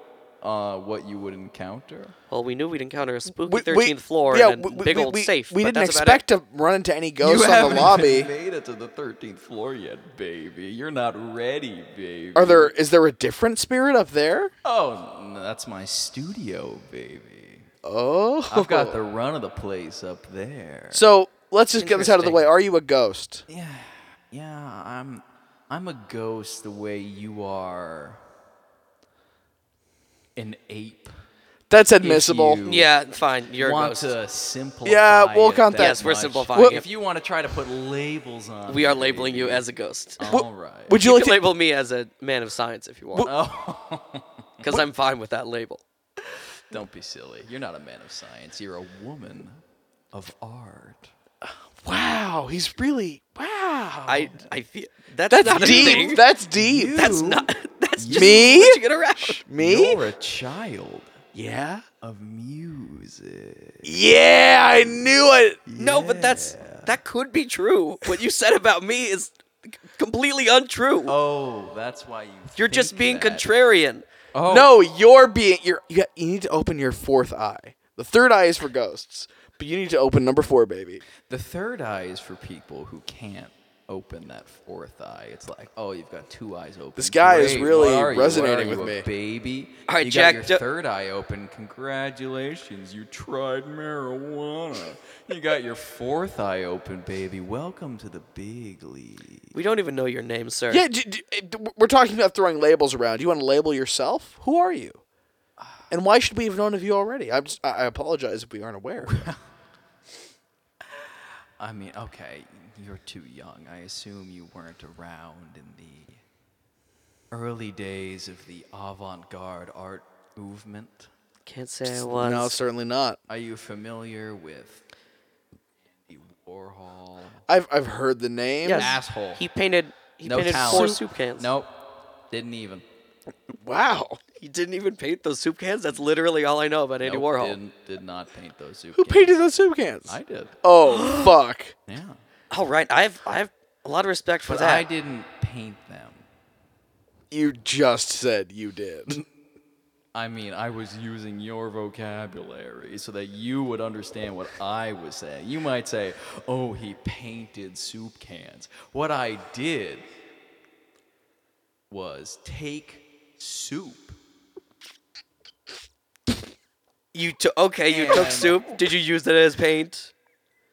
[SPEAKER 3] uh, what you would encounter.
[SPEAKER 2] Well, we knew we'd encounter a spooky
[SPEAKER 1] We- we-
[SPEAKER 2] 13th floor
[SPEAKER 1] yeah,
[SPEAKER 2] and a
[SPEAKER 1] we-
[SPEAKER 2] big
[SPEAKER 1] we-
[SPEAKER 2] old
[SPEAKER 1] we-
[SPEAKER 2] safe.
[SPEAKER 1] We
[SPEAKER 2] but
[SPEAKER 1] didn't
[SPEAKER 2] that's about it.
[SPEAKER 1] expect to run into any ghosts
[SPEAKER 3] you
[SPEAKER 1] Oh, on the
[SPEAKER 3] haven't even
[SPEAKER 1] lobby.
[SPEAKER 3] made it to the 13th floor yet, baby. You're not ready, baby.
[SPEAKER 1] Are there? Is there a different spirit up there?
[SPEAKER 3] Oh, n- that's my studio, baby.
[SPEAKER 1] Oh,
[SPEAKER 3] I've got the run of the place up there.
[SPEAKER 1] So let's just get this out of the
[SPEAKER 2] Interesting.
[SPEAKER 1] way. Are you a ghost?
[SPEAKER 3] Yeah, yeah, I'm I'm a ghost the way you are an ape.
[SPEAKER 1] That's admissible.
[SPEAKER 3] you-
[SPEAKER 2] Yeah, fine. You're a
[SPEAKER 3] want
[SPEAKER 2] ghost.
[SPEAKER 3] to simplify?
[SPEAKER 1] Yeah, we'll
[SPEAKER 3] it
[SPEAKER 1] count that.
[SPEAKER 2] Yes, we're
[SPEAKER 3] much.
[SPEAKER 2] simplifying
[SPEAKER 1] Well-
[SPEAKER 2] it.
[SPEAKER 3] If you want to try to put labels on,
[SPEAKER 2] We
[SPEAKER 3] it,
[SPEAKER 2] are labeling you
[SPEAKER 3] baby.
[SPEAKER 2] as a ghost.
[SPEAKER 1] Would-
[SPEAKER 3] all right.
[SPEAKER 1] Would you,
[SPEAKER 2] You
[SPEAKER 1] like
[SPEAKER 2] can
[SPEAKER 1] to?
[SPEAKER 2] label me as a man of science if you want,
[SPEAKER 3] Oh,
[SPEAKER 2] because I'm fine with that label.
[SPEAKER 3] don't be silly. You're not a man of science. You're a woman of art.
[SPEAKER 1] wow, he's really wow.
[SPEAKER 2] I, I feel that's,
[SPEAKER 1] that's
[SPEAKER 2] not a thing.
[SPEAKER 1] deep. That's deep.
[SPEAKER 2] that's not. That's just
[SPEAKER 1] Me?
[SPEAKER 2] switching it around.
[SPEAKER 1] me.
[SPEAKER 3] You're a child
[SPEAKER 1] Yeah.
[SPEAKER 3] of music.
[SPEAKER 1] Yeah, I knew it.
[SPEAKER 2] No, but that's that could be true. What you said about me is c- completely untrue.
[SPEAKER 3] Oh, that's why you.
[SPEAKER 2] You're just
[SPEAKER 3] think
[SPEAKER 2] being
[SPEAKER 3] that.
[SPEAKER 2] contrarian.
[SPEAKER 3] Oh,
[SPEAKER 1] No, you're being you're you, got- you need to open your fourth eye. The third eye is for ghosts, but you need to open number four, baby.
[SPEAKER 3] The third eye is for people who can't open that fourth eye. It's like, oh, you've got two eyes open.
[SPEAKER 1] This guy is
[SPEAKER 3] Great,
[SPEAKER 1] really
[SPEAKER 3] what are you? What
[SPEAKER 1] resonating
[SPEAKER 3] are you,
[SPEAKER 1] with
[SPEAKER 3] a
[SPEAKER 1] me.
[SPEAKER 3] Baby,
[SPEAKER 2] All right,
[SPEAKER 3] you
[SPEAKER 2] Jack,
[SPEAKER 3] got
[SPEAKER 2] do-
[SPEAKER 3] your third eye open. Congratulations, you tried marijuana. you got your fourth eye open, baby. Welcome to the big league.
[SPEAKER 2] We don't even know your name, sir.
[SPEAKER 1] Yeah, d- d- eh, d- we're talking about throwing labels around. You want to label yourself? Who are you? And why should we have known of you already? I'm just, I I apologize if we aren't aware.
[SPEAKER 3] I mean, okay, you're too young. I assume you weren't around in the early days of the avant-garde art movement.
[SPEAKER 2] Can't say I was.
[SPEAKER 1] No, certainly not.
[SPEAKER 3] Are you familiar with Andy Warhol?
[SPEAKER 1] I've I've heard the name.
[SPEAKER 2] Yes.
[SPEAKER 3] Asshole.
[SPEAKER 2] He painted. He
[SPEAKER 3] no
[SPEAKER 2] painted
[SPEAKER 3] talent.
[SPEAKER 2] four soup cans.
[SPEAKER 3] Nope. Didn't even.
[SPEAKER 1] Wow.
[SPEAKER 2] He didn't even paint those soup cans. That's literally all I know about Andy
[SPEAKER 3] Nope,
[SPEAKER 2] Warhol.
[SPEAKER 3] Didn't, did not paint those soup
[SPEAKER 1] Who
[SPEAKER 3] cans.
[SPEAKER 1] painted those soup cans?
[SPEAKER 3] I did.
[SPEAKER 1] Oh fuck.
[SPEAKER 3] Yeah.
[SPEAKER 2] All Oh, right, I have I have a lot of respect for
[SPEAKER 3] But
[SPEAKER 2] that.
[SPEAKER 3] I didn't paint them.
[SPEAKER 1] You just said you did.
[SPEAKER 3] I mean, I was using your vocabulary so that you would understand what I was saying. You might say, oh, he painted soup cans. What I did was take soup.
[SPEAKER 2] You took okay. You took
[SPEAKER 3] And-
[SPEAKER 2] soup. Did you use it as paint?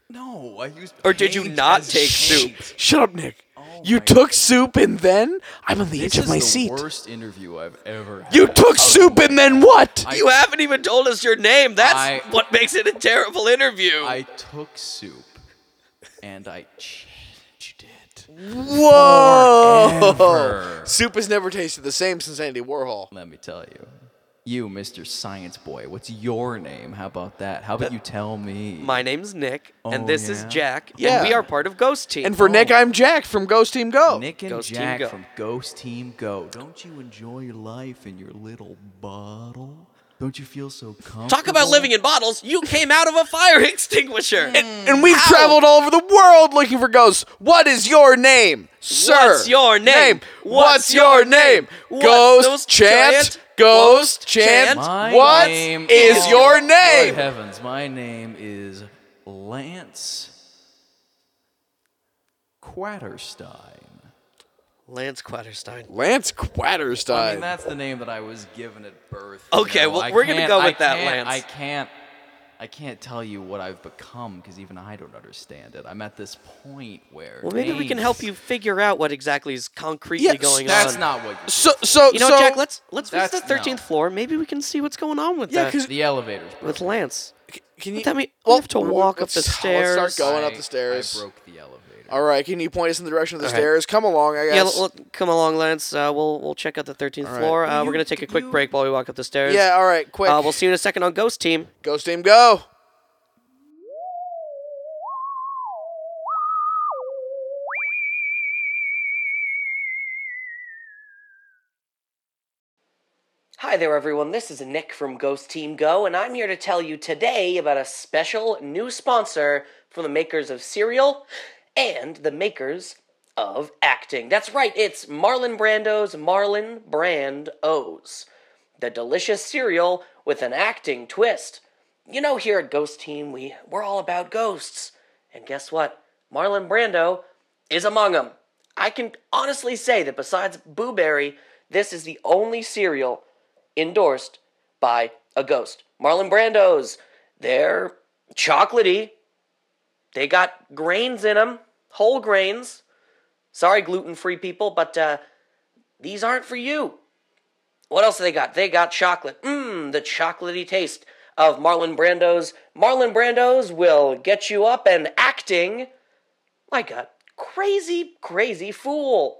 [SPEAKER 3] No, I used.
[SPEAKER 2] Or did you
[SPEAKER 3] paint
[SPEAKER 2] not
[SPEAKER 3] as
[SPEAKER 2] take soup?
[SPEAKER 3] paint.
[SPEAKER 1] Shut up, Nick. you
[SPEAKER 3] my
[SPEAKER 1] took soup and then I'm on the Oh, edge of my
[SPEAKER 3] the
[SPEAKER 1] seat.
[SPEAKER 3] worst interview I've ever had.
[SPEAKER 1] You took soup and then what?
[SPEAKER 3] I-
[SPEAKER 2] you haven't even told us your name. That's
[SPEAKER 3] I-
[SPEAKER 2] what makes it a terrible interview.
[SPEAKER 3] I took soup and I changed it.
[SPEAKER 1] Whoa.
[SPEAKER 3] Forever.
[SPEAKER 1] Soup has never tasted the same since Andy Warhol.
[SPEAKER 3] Let me tell you. You, Mr. Science Boy, what's your name? How about that? How about you tell me?
[SPEAKER 2] My name's Nick, and
[SPEAKER 3] Oh,
[SPEAKER 2] this is
[SPEAKER 3] yeah?
[SPEAKER 2] Jack,
[SPEAKER 1] Yeah.
[SPEAKER 2] and we are part of Ghost Team. Oh.
[SPEAKER 1] And for Nick, I'm Jack from Ghost Team Go.
[SPEAKER 3] Nick and
[SPEAKER 2] Ghost Team
[SPEAKER 3] Jack
[SPEAKER 2] Go.
[SPEAKER 3] from Ghost Team Go. Don't you enjoy your life in your little bottle? Don't you feel so comfortable?
[SPEAKER 2] Talk about living in bottles. You came out of a fire extinguisher.
[SPEAKER 1] and we've traveled all over the world looking for ghosts. What is your name, sir?
[SPEAKER 2] What's your name?
[SPEAKER 1] What's, your name?
[SPEAKER 2] What's
[SPEAKER 1] Ghost
[SPEAKER 2] those
[SPEAKER 1] chant,
[SPEAKER 2] giant
[SPEAKER 1] Ghost Chant.
[SPEAKER 3] My
[SPEAKER 1] What
[SPEAKER 3] name
[SPEAKER 1] is your
[SPEAKER 3] Lord
[SPEAKER 1] name?
[SPEAKER 3] heavens, my name is Lance Quatterstein.
[SPEAKER 2] Lance Quatterstein.
[SPEAKER 1] Lance
[SPEAKER 3] I mean,
[SPEAKER 1] Quatterstein.
[SPEAKER 3] that's the name that I was given at birth.
[SPEAKER 2] Okay, well,
[SPEAKER 3] I
[SPEAKER 2] we're gonna
[SPEAKER 3] can't-
[SPEAKER 2] go with
[SPEAKER 3] I
[SPEAKER 2] that,
[SPEAKER 3] can't- I
[SPEAKER 2] Lance.
[SPEAKER 3] can't, I can't tell you what I've become because even I don't understand it. I'm at this point where.
[SPEAKER 2] Well, maybe we can
[SPEAKER 3] names-
[SPEAKER 2] help you figure out what exactly is concretely
[SPEAKER 1] Yes,
[SPEAKER 2] going
[SPEAKER 3] That's
[SPEAKER 2] on.
[SPEAKER 3] not what.
[SPEAKER 1] So, so,
[SPEAKER 2] you know,
[SPEAKER 1] so,
[SPEAKER 2] Jack. Let's let's visit the
[SPEAKER 3] that's- no.
[SPEAKER 2] thirteenth floor. Maybe we can see what's going on with
[SPEAKER 1] Yeah,
[SPEAKER 2] that.
[SPEAKER 1] 'cause-
[SPEAKER 3] The elevators.
[SPEAKER 2] with Lance.
[SPEAKER 1] Can you
[SPEAKER 2] Tell me-
[SPEAKER 1] Well,
[SPEAKER 2] we have to walk up
[SPEAKER 1] let's-
[SPEAKER 2] the
[SPEAKER 1] Let's
[SPEAKER 2] stairs.
[SPEAKER 1] start going up
[SPEAKER 3] I-
[SPEAKER 1] the stairs.
[SPEAKER 3] I broke the elevator.
[SPEAKER 1] All right, can you point us in the direction of the
[SPEAKER 2] All right.
[SPEAKER 1] stairs? Come along, I
[SPEAKER 2] Yeah,
[SPEAKER 1] guess.
[SPEAKER 2] l- l- come along, Lance. Uh, we'll we'll check out the thirteenth
[SPEAKER 1] right.
[SPEAKER 2] floor. Uh,
[SPEAKER 3] You-
[SPEAKER 2] we're gonna take a quick
[SPEAKER 3] you-
[SPEAKER 2] break while we walk up the stairs.
[SPEAKER 1] Yeah, all right, quick.
[SPEAKER 2] Uh, we'll see you in a second on Ghost Team.
[SPEAKER 1] Ghost team, go.
[SPEAKER 2] Hi there, everyone. This is Nick from Ghost Team Go, and I'm here to tell you today about a special new sponsor from the makers of cereal and the makers of acting. That's right, it's Marlon Brando's Marlon Brand O's, the delicious cereal with an acting twist. You know, here at Ghost Team, we, we're all about ghosts. And guess what? Marlon Brando is among them. I can honestly say that besides Boo Berry, this is the only cereal endorsed by a ghost. Marlon Brando's. They're chocolatey. They got grains in them, whole grains. Sorry, gluten free people, but uh, these aren't for you. What else do they got? They got chocolate. Mmm, the chocolatey taste of Marlon Brando's. Marlon Brando's will get you up and acting like a crazy, crazy fool.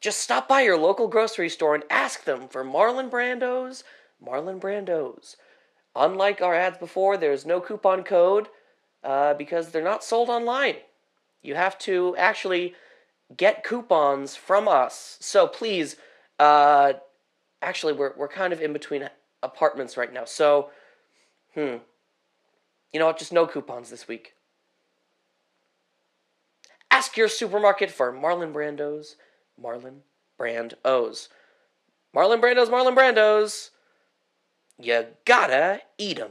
[SPEAKER 2] Just stop by your local grocery store and ask them for Marlon Brando's. Marlon Brando's. Unlike our ads before, there's no coupon code uh, because they're not sold online. You have to actually get coupons from us. So please, uh, actually, we're, we're kind of in between apartments right now. So, hmm. You know what? Just no coupons this week. Ask your supermarket for Marlon Brando's Marlon Brand O's. Marlon Brando's Marlon Brando's. You gotta eat 'em.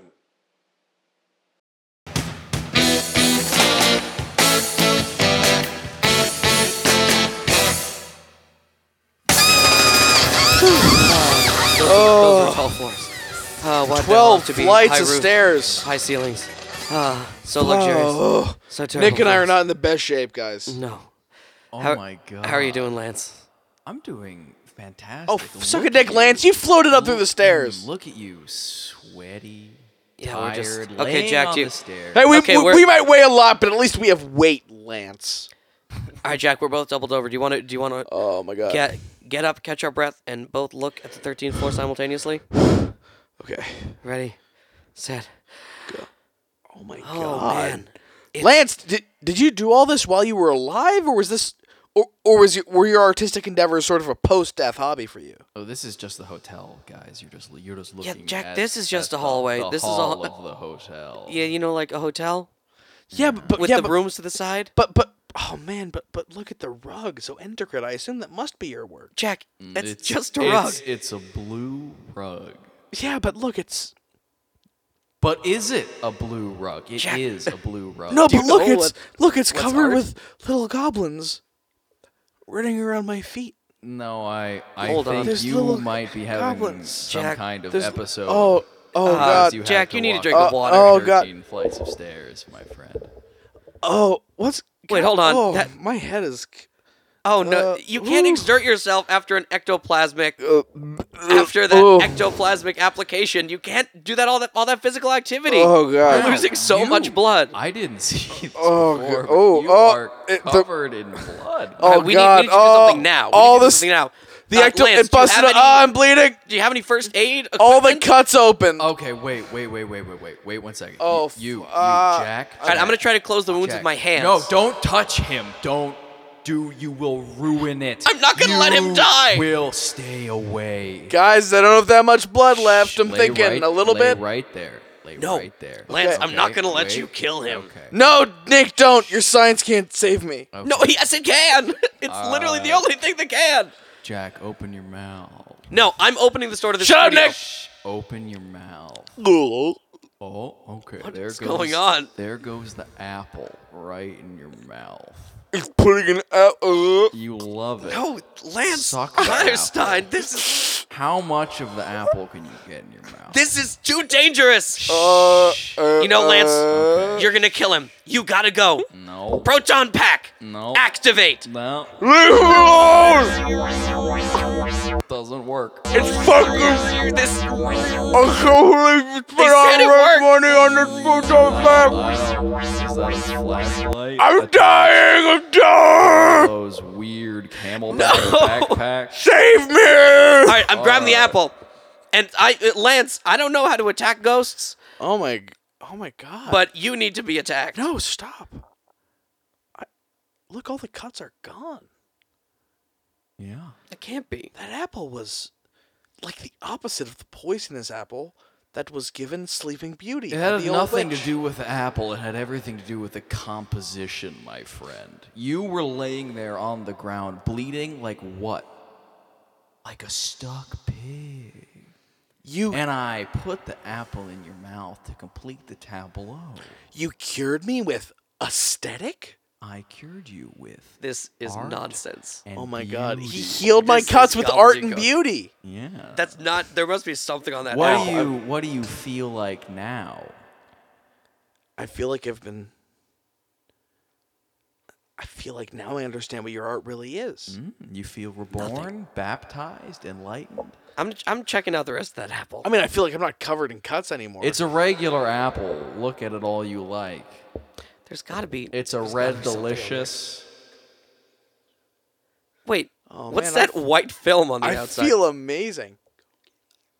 [SPEAKER 2] Those are 12 floors. Uh, what
[SPEAKER 1] Oh. Twelve
[SPEAKER 2] to be
[SPEAKER 1] flights
[SPEAKER 2] high
[SPEAKER 1] of
[SPEAKER 2] roof,
[SPEAKER 1] stairs.
[SPEAKER 2] High ceilings. Uh, so luxurious.
[SPEAKER 1] Oh,
[SPEAKER 2] So terrible.
[SPEAKER 1] Nick and I are
[SPEAKER 2] place.
[SPEAKER 1] not in the best shape, guys.
[SPEAKER 2] No.
[SPEAKER 3] Oh
[SPEAKER 2] How-
[SPEAKER 3] my god.
[SPEAKER 2] How are you doing, Lance?
[SPEAKER 3] I'm doing fantastic.
[SPEAKER 1] Oh, f- suck a
[SPEAKER 3] Look
[SPEAKER 1] dick,
[SPEAKER 3] at
[SPEAKER 1] Lance. You floated up through the stairs.
[SPEAKER 3] Look at you, sweaty,
[SPEAKER 2] Yeah, we're
[SPEAKER 3] tired,
[SPEAKER 2] just- okay,
[SPEAKER 3] laying
[SPEAKER 2] Jack,
[SPEAKER 3] on
[SPEAKER 2] do you-
[SPEAKER 3] the stairs.
[SPEAKER 1] Hey, we,
[SPEAKER 2] Okay,
[SPEAKER 1] we,
[SPEAKER 2] we're-
[SPEAKER 1] we might weigh a lot, but at least we have weight, Lance.
[SPEAKER 2] All right, Jack, we're both doubled over. Do you want to? Do you want to
[SPEAKER 1] Oh my god.
[SPEAKER 2] get get up, catch our breath, and both look at the 13th floor simultaneously?
[SPEAKER 1] Okay.
[SPEAKER 2] Ready, set.
[SPEAKER 1] Oh my
[SPEAKER 2] Oh
[SPEAKER 1] god.
[SPEAKER 2] man,
[SPEAKER 1] Lance, did, did you do all this while you were alive, or was this, or, or was your, were your artistic endeavors sort of a post-death hobby for you?
[SPEAKER 3] Oh, this is just the hotel, guys. You're just you're just
[SPEAKER 2] Yeah,
[SPEAKER 3] looking.
[SPEAKER 2] Jack,
[SPEAKER 3] at-
[SPEAKER 2] this is just
[SPEAKER 3] at
[SPEAKER 2] a hallway.
[SPEAKER 3] The, the
[SPEAKER 2] This is a
[SPEAKER 3] hall
[SPEAKER 2] ho-
[SPEAKER 3] of the hotel.
[SPEAKER 2] yeah, you know, like a hotel
[SPEAKER 1] Yeah, but, but
[SPEAKER 2] with
[SPEAKER 1] yeah,
[SPEAKER 2] the
[SPEAKER 1] but,
[SPEAKER 2] rooms to the side.
[SPEAKER 1] but but oh man, but but look at the rug, so intricate. I assume that must be your work.
[SPEAKER 2] Jack,
[SPEAKER 1] Mm,
[SPEAKER 2] it's,
[SPEAKER 3] It's-
[SPEAKER 2] just a rug.
[SPEAKER 3] it's- It's, a blue rug.
[SPEAKER 1] Yeah, but look, it's
[SPEAKER 3] But is it a blue rug? It is
[SPEAKER 2] Jack-
[SPEAKER 3] a blue rug.
[SPEAKER 1] no,
[SPEAKER 2] Do you
[SPEAKER 1] but look,
[SPEAKER 2] know
[SPEAKER 1] it's
[SPEAKER 2] what-
[SPEAKER 1] look, it's
[SPEAKER 2] what's
[SPEAKER 1] covered
[SPEAKER 2] art?
[SPEAKER 1] with little goblins running around my feet.
[SPEAKER 3] no. I I
[SPEAKER 2] Hold on.
[SPEAKER 3] think
[SPEAKER 1] There's
[SPEAKER 3] you
[SPEAKER 1] little
[SPEAKER 3] might be having
[SPEAKER 1] goblins.
[SPEAKER 3] some
[SPEAKER 2] Jack,
[SPEAKER 3] kind of
[SPEAKER 1] There's-
[SPEAKER 3] episode.
[SPEAKER 1] Oh, oh
[SPEAKER 3] because
[SPEAKER 1] god,
[SPEAKER 3] had
[SPEAKER 2] Jack, Ah,
[SPEAKER 3] to
[SPEAKER 2] you need to
[SPEAKER 3] walk
[SPEAKER 2] drink a
[SPEAKER 3] up
[SPEAKER 2] water.
[SPEAKER 1] Oh, God.
[SPEAKER 3] 13 flights of stairs, my friend.
[SPEAKER 1] oh, what's
[SPEAKER 2] Wait,
[SPEAKER 1] God-
[SPEAKER 2] hold on,
[SPEAKER 1] Oh,
[SPEAKER 2] that-
[SPEAKER 1] my head is.
[SPEAKER 2] oh no,
[SPEAKER 1] uh,
[SPEAKER 2] you can't
[SPEAKER 1] ooh.
[SPEAKER 2] exert yourself after an ectoplasmic.
[SPEAKER 1] Uh,
[SPEAKER 2] after that
[SPEAKER 1] oh.
[SPEAKER 2] ectoplasmic application, you can't do that all that all that physical activity.
[SPEAKER 1] Oh god.
[SPEAKER 2] You're losing so
[SPEAKER 3] You-
[SPEAKER 2] much blood.
[SPEAKER 3] I didn't see this
[SPEAKER 1] Oh,
[SPEAKER 3] before.
[SPEAKER 1] God.
[SPEAKER 3] but
[SPEAKER 1] Oh,
[SPEAKER 3] you
[SPEAKER 1] oh,
[SPEAKER 3] are
[SPEAKER 1] it- the-
[SPEAKER 3] covered in blood.
[SPEAKER 1] Oh,
[SPEAKER 2] Uh, we,
[SPEAKER 1] God.
[SPEAKER 2] Need, we need to do something
[SPEAKER 1] Oh,
[SPEAKER 2] now. We
[SPEAKER 1] all
[SPEAKER 2] need to do
[SPEAKER 1] this-
[SPEAKER 2] something now.
[SPEAKER 1] The
[SPEAKER 2] Uh,
[SPEAKER 1] ecto
[SPEAKER 2] Lance,
[SPEAKER 1] it
[SPEAKER 2] do you
[SPEAKER 1] busted.
[SPEAKER 2] have
[SPEAKER 1] Oh,
[SPEAKER 2] any-
[SPEAKER 1] I'm bleeding.
[SPEAKER 2] Do you have any first aid?
[SPEAKER 1] All the
[SPEAKER 2] equipment?
[SPEAKER 1] cuts
[SPEAKER 2] Oh,
[SPEAKER 1] open.
[SPEAKER 3] Okay, wait, wait, wait, wait, wait, wait, wait one second.
[SPEAKER 1] Oh,
[SPEAKER 3] you, you, you
[SPEAKER 1] f- uh,
[SPEAKER 3] Jack.
[SPEAKER 2] All right, I'm gonna try to close the wounds with
[SPEAKER 3] Jack.
[SPEAKER 2] my hands.
[SPEAKER 3] No, don't touch him. Don't do. You will ruin it.
[SPEAKER 2] I'm not gonna let him
[SPEAKER 3] You
[SPEAKER 2] die.
[SPEAKER 3] Will stay away.
[SPEAKER 1] Guys, I don't have that much blood left. I'm
[SPEAKER 3] Lay
[SPEAKER 1] thinking
[SPEAKER 3] right-
[SPEAKER 1] a little
[SPEAKER 3] lay
[SPEAKER 1] bit.
[SPEAKER 3] Right there. Lay
[SPEAKER 2] No.
[SPEAKER 3] right there.
[SPEAKER 2] Lance, I'm not gonna let
[SPEAKER 3] wait,
[SPEAKER 2] you kill him.
[SPEAKER 3] Okay.
[SPEAKER 1] No, Nick, don't. Your science can't save me.
[SPEAKER 3] Uh,
[SPEAKER 2] No, yes, it can. It's literally the only thing that can.
[SPEAKER 3] Jack, open your mouth.
[SPEAKER 2] No, I'm opening this door to the
[SPEAKER 1] Shut up,
[SPEAKER 2] studio.
[SPEAKER 1] Nick!
[SPEAKER 3] Open your mouth. Oh, okay. there
[SPEAKER 2] is
[SPEAKER 3] goes,
[SPEAKER 2] going on?
[SPEAKER 3] There goes the apple right in your mouth.
[SPEAKER 1] It's putting an uh, apple.
[SPEAKER 3] You love it.
[SPEAKER 2] No, Lance
[SPEAKER 3] Suck that
[SPEAKER 2] Firestein, this is
[SPEAKER 3] How much of the apple can you get in your mouth?
[SPEAKER 2] this is too dangerous.
[SPEAKER 1] Uh,
[SPEAKER 2] You know, Lance,
[SPEAKER 3] Okay. Mm.
[SPEAKER 2] you're gonna kill him. You gotta go.
[SPEAKER 3] no.
[SPEAKER 2] Proton pack.
[SPEAKER 3] No.
[SPEAKER 2] Activate.
[SPEAKER 3] no.
[SPEAKER 1] Leave me alone!
[SPEAKER 3] Doesn't work.
[SPEAKER 1] It's fucking.
[SPEAKER 2] This
[SPEAKER 1] I can't believe you spent all
[SPEAKER 2] said it
[SPEAKER 1] that
[SPEAKER 2] worked.
[SPEAKER 1] money on this futon pack.
[SPEAKER 3] Is that a flashlight?
[SPEAKER 1] I'm
[SPEAKER 3] That's
[SPEAKER 1] dying. I'm dying.
[SPEAKER 3] Those weird camelback backpacks.
[SPEAKER 1] Save me!
[SPEAKER 2] All right, I'm grabbing the apple, and I, uh, Lance, I don't know how to attack ghosts,
[SPEAKER 1] Oh my. Oh my god.
[SPEAKER 2] but you need to be attacked.
[SPEAKER 1] no, stop. I, look, all the cuts are gone.
[SPEAKER 3] Yeah.
[SPEAKER 2] it can't be.
[SPEAKER 1] That apple was like the opposite of the poisonous apple that was given Sleeping Beauty.
[SPEAKER 3] It
[SPEAKER 1] and
[SPEAKER 3] had
[SPEAKER 1] the old
[SPEAKER 3] nothing to
[SPEAKER 1] witch.
[SPEAKER 3] do with the apple. It had everything to do with the composition, my friend. You were laying there on the ground, bleeding like what? Like a stuck pig.
[SPEAKER 1] You
[SPEAKER 3] And I put the apple in your mouth to complete the tableau.
[SPEAKER 1] you cured me with aesthetic?
[SPEAKER 3] I cured you with.
[SPEAKER 2] This is
[SPEAKER 3] Art
[SPEAKER 2] nonsense.
[SPEAKER 3] and
[SPEAKER 1] Oh my god.
[SPEAKER 3] beauty.
[SPEAKER 1] He healed my
[SPEAKER 2] This is
[SPEAKER 1] cuts with art
[SPEAKER 2] garbage,
[SPEAKER 1] and
[SPEAKER 2] guys.
[SPEAKER 1] beauty.
[SPEAKER 3] Yeah.
[SPEAKER 2] That's not. There must be something on that.
[SPEAKER 3] what
[SPEAKER 2] apple.
[SPEAKER 3] do you What do you feel like now?
[SPEAKER 1] I feel like I've been I feel like now I understand what your art really is.
[SPEAKER 3] Hmm? You feel reborn, baptized, enlightened.
[SPEAKER 2] I'm I'm checking out the rest of that apple.
[SPEAKER 1] I mean, I feel like I'm not covered in cuts anymore.
[SPEAKER 3] It's a regular apple. Look at it all you like.
[SPEAKER 2] There's got to be.
[SPEAKER 3] It's a red delicious.
[SPEAKER 2] Wait,
[SPEAKER 1] Oh,
[SPEAKER 2] what's
[SPEAKER 1] man, I
[SPEAKER 2] that
[SPEAKER 1] f-
[SPEAKER 2] white film on the
[SPEAKER 1] I
[SPEAKER 2] outside?
[SPEAKER 1] feel amazing.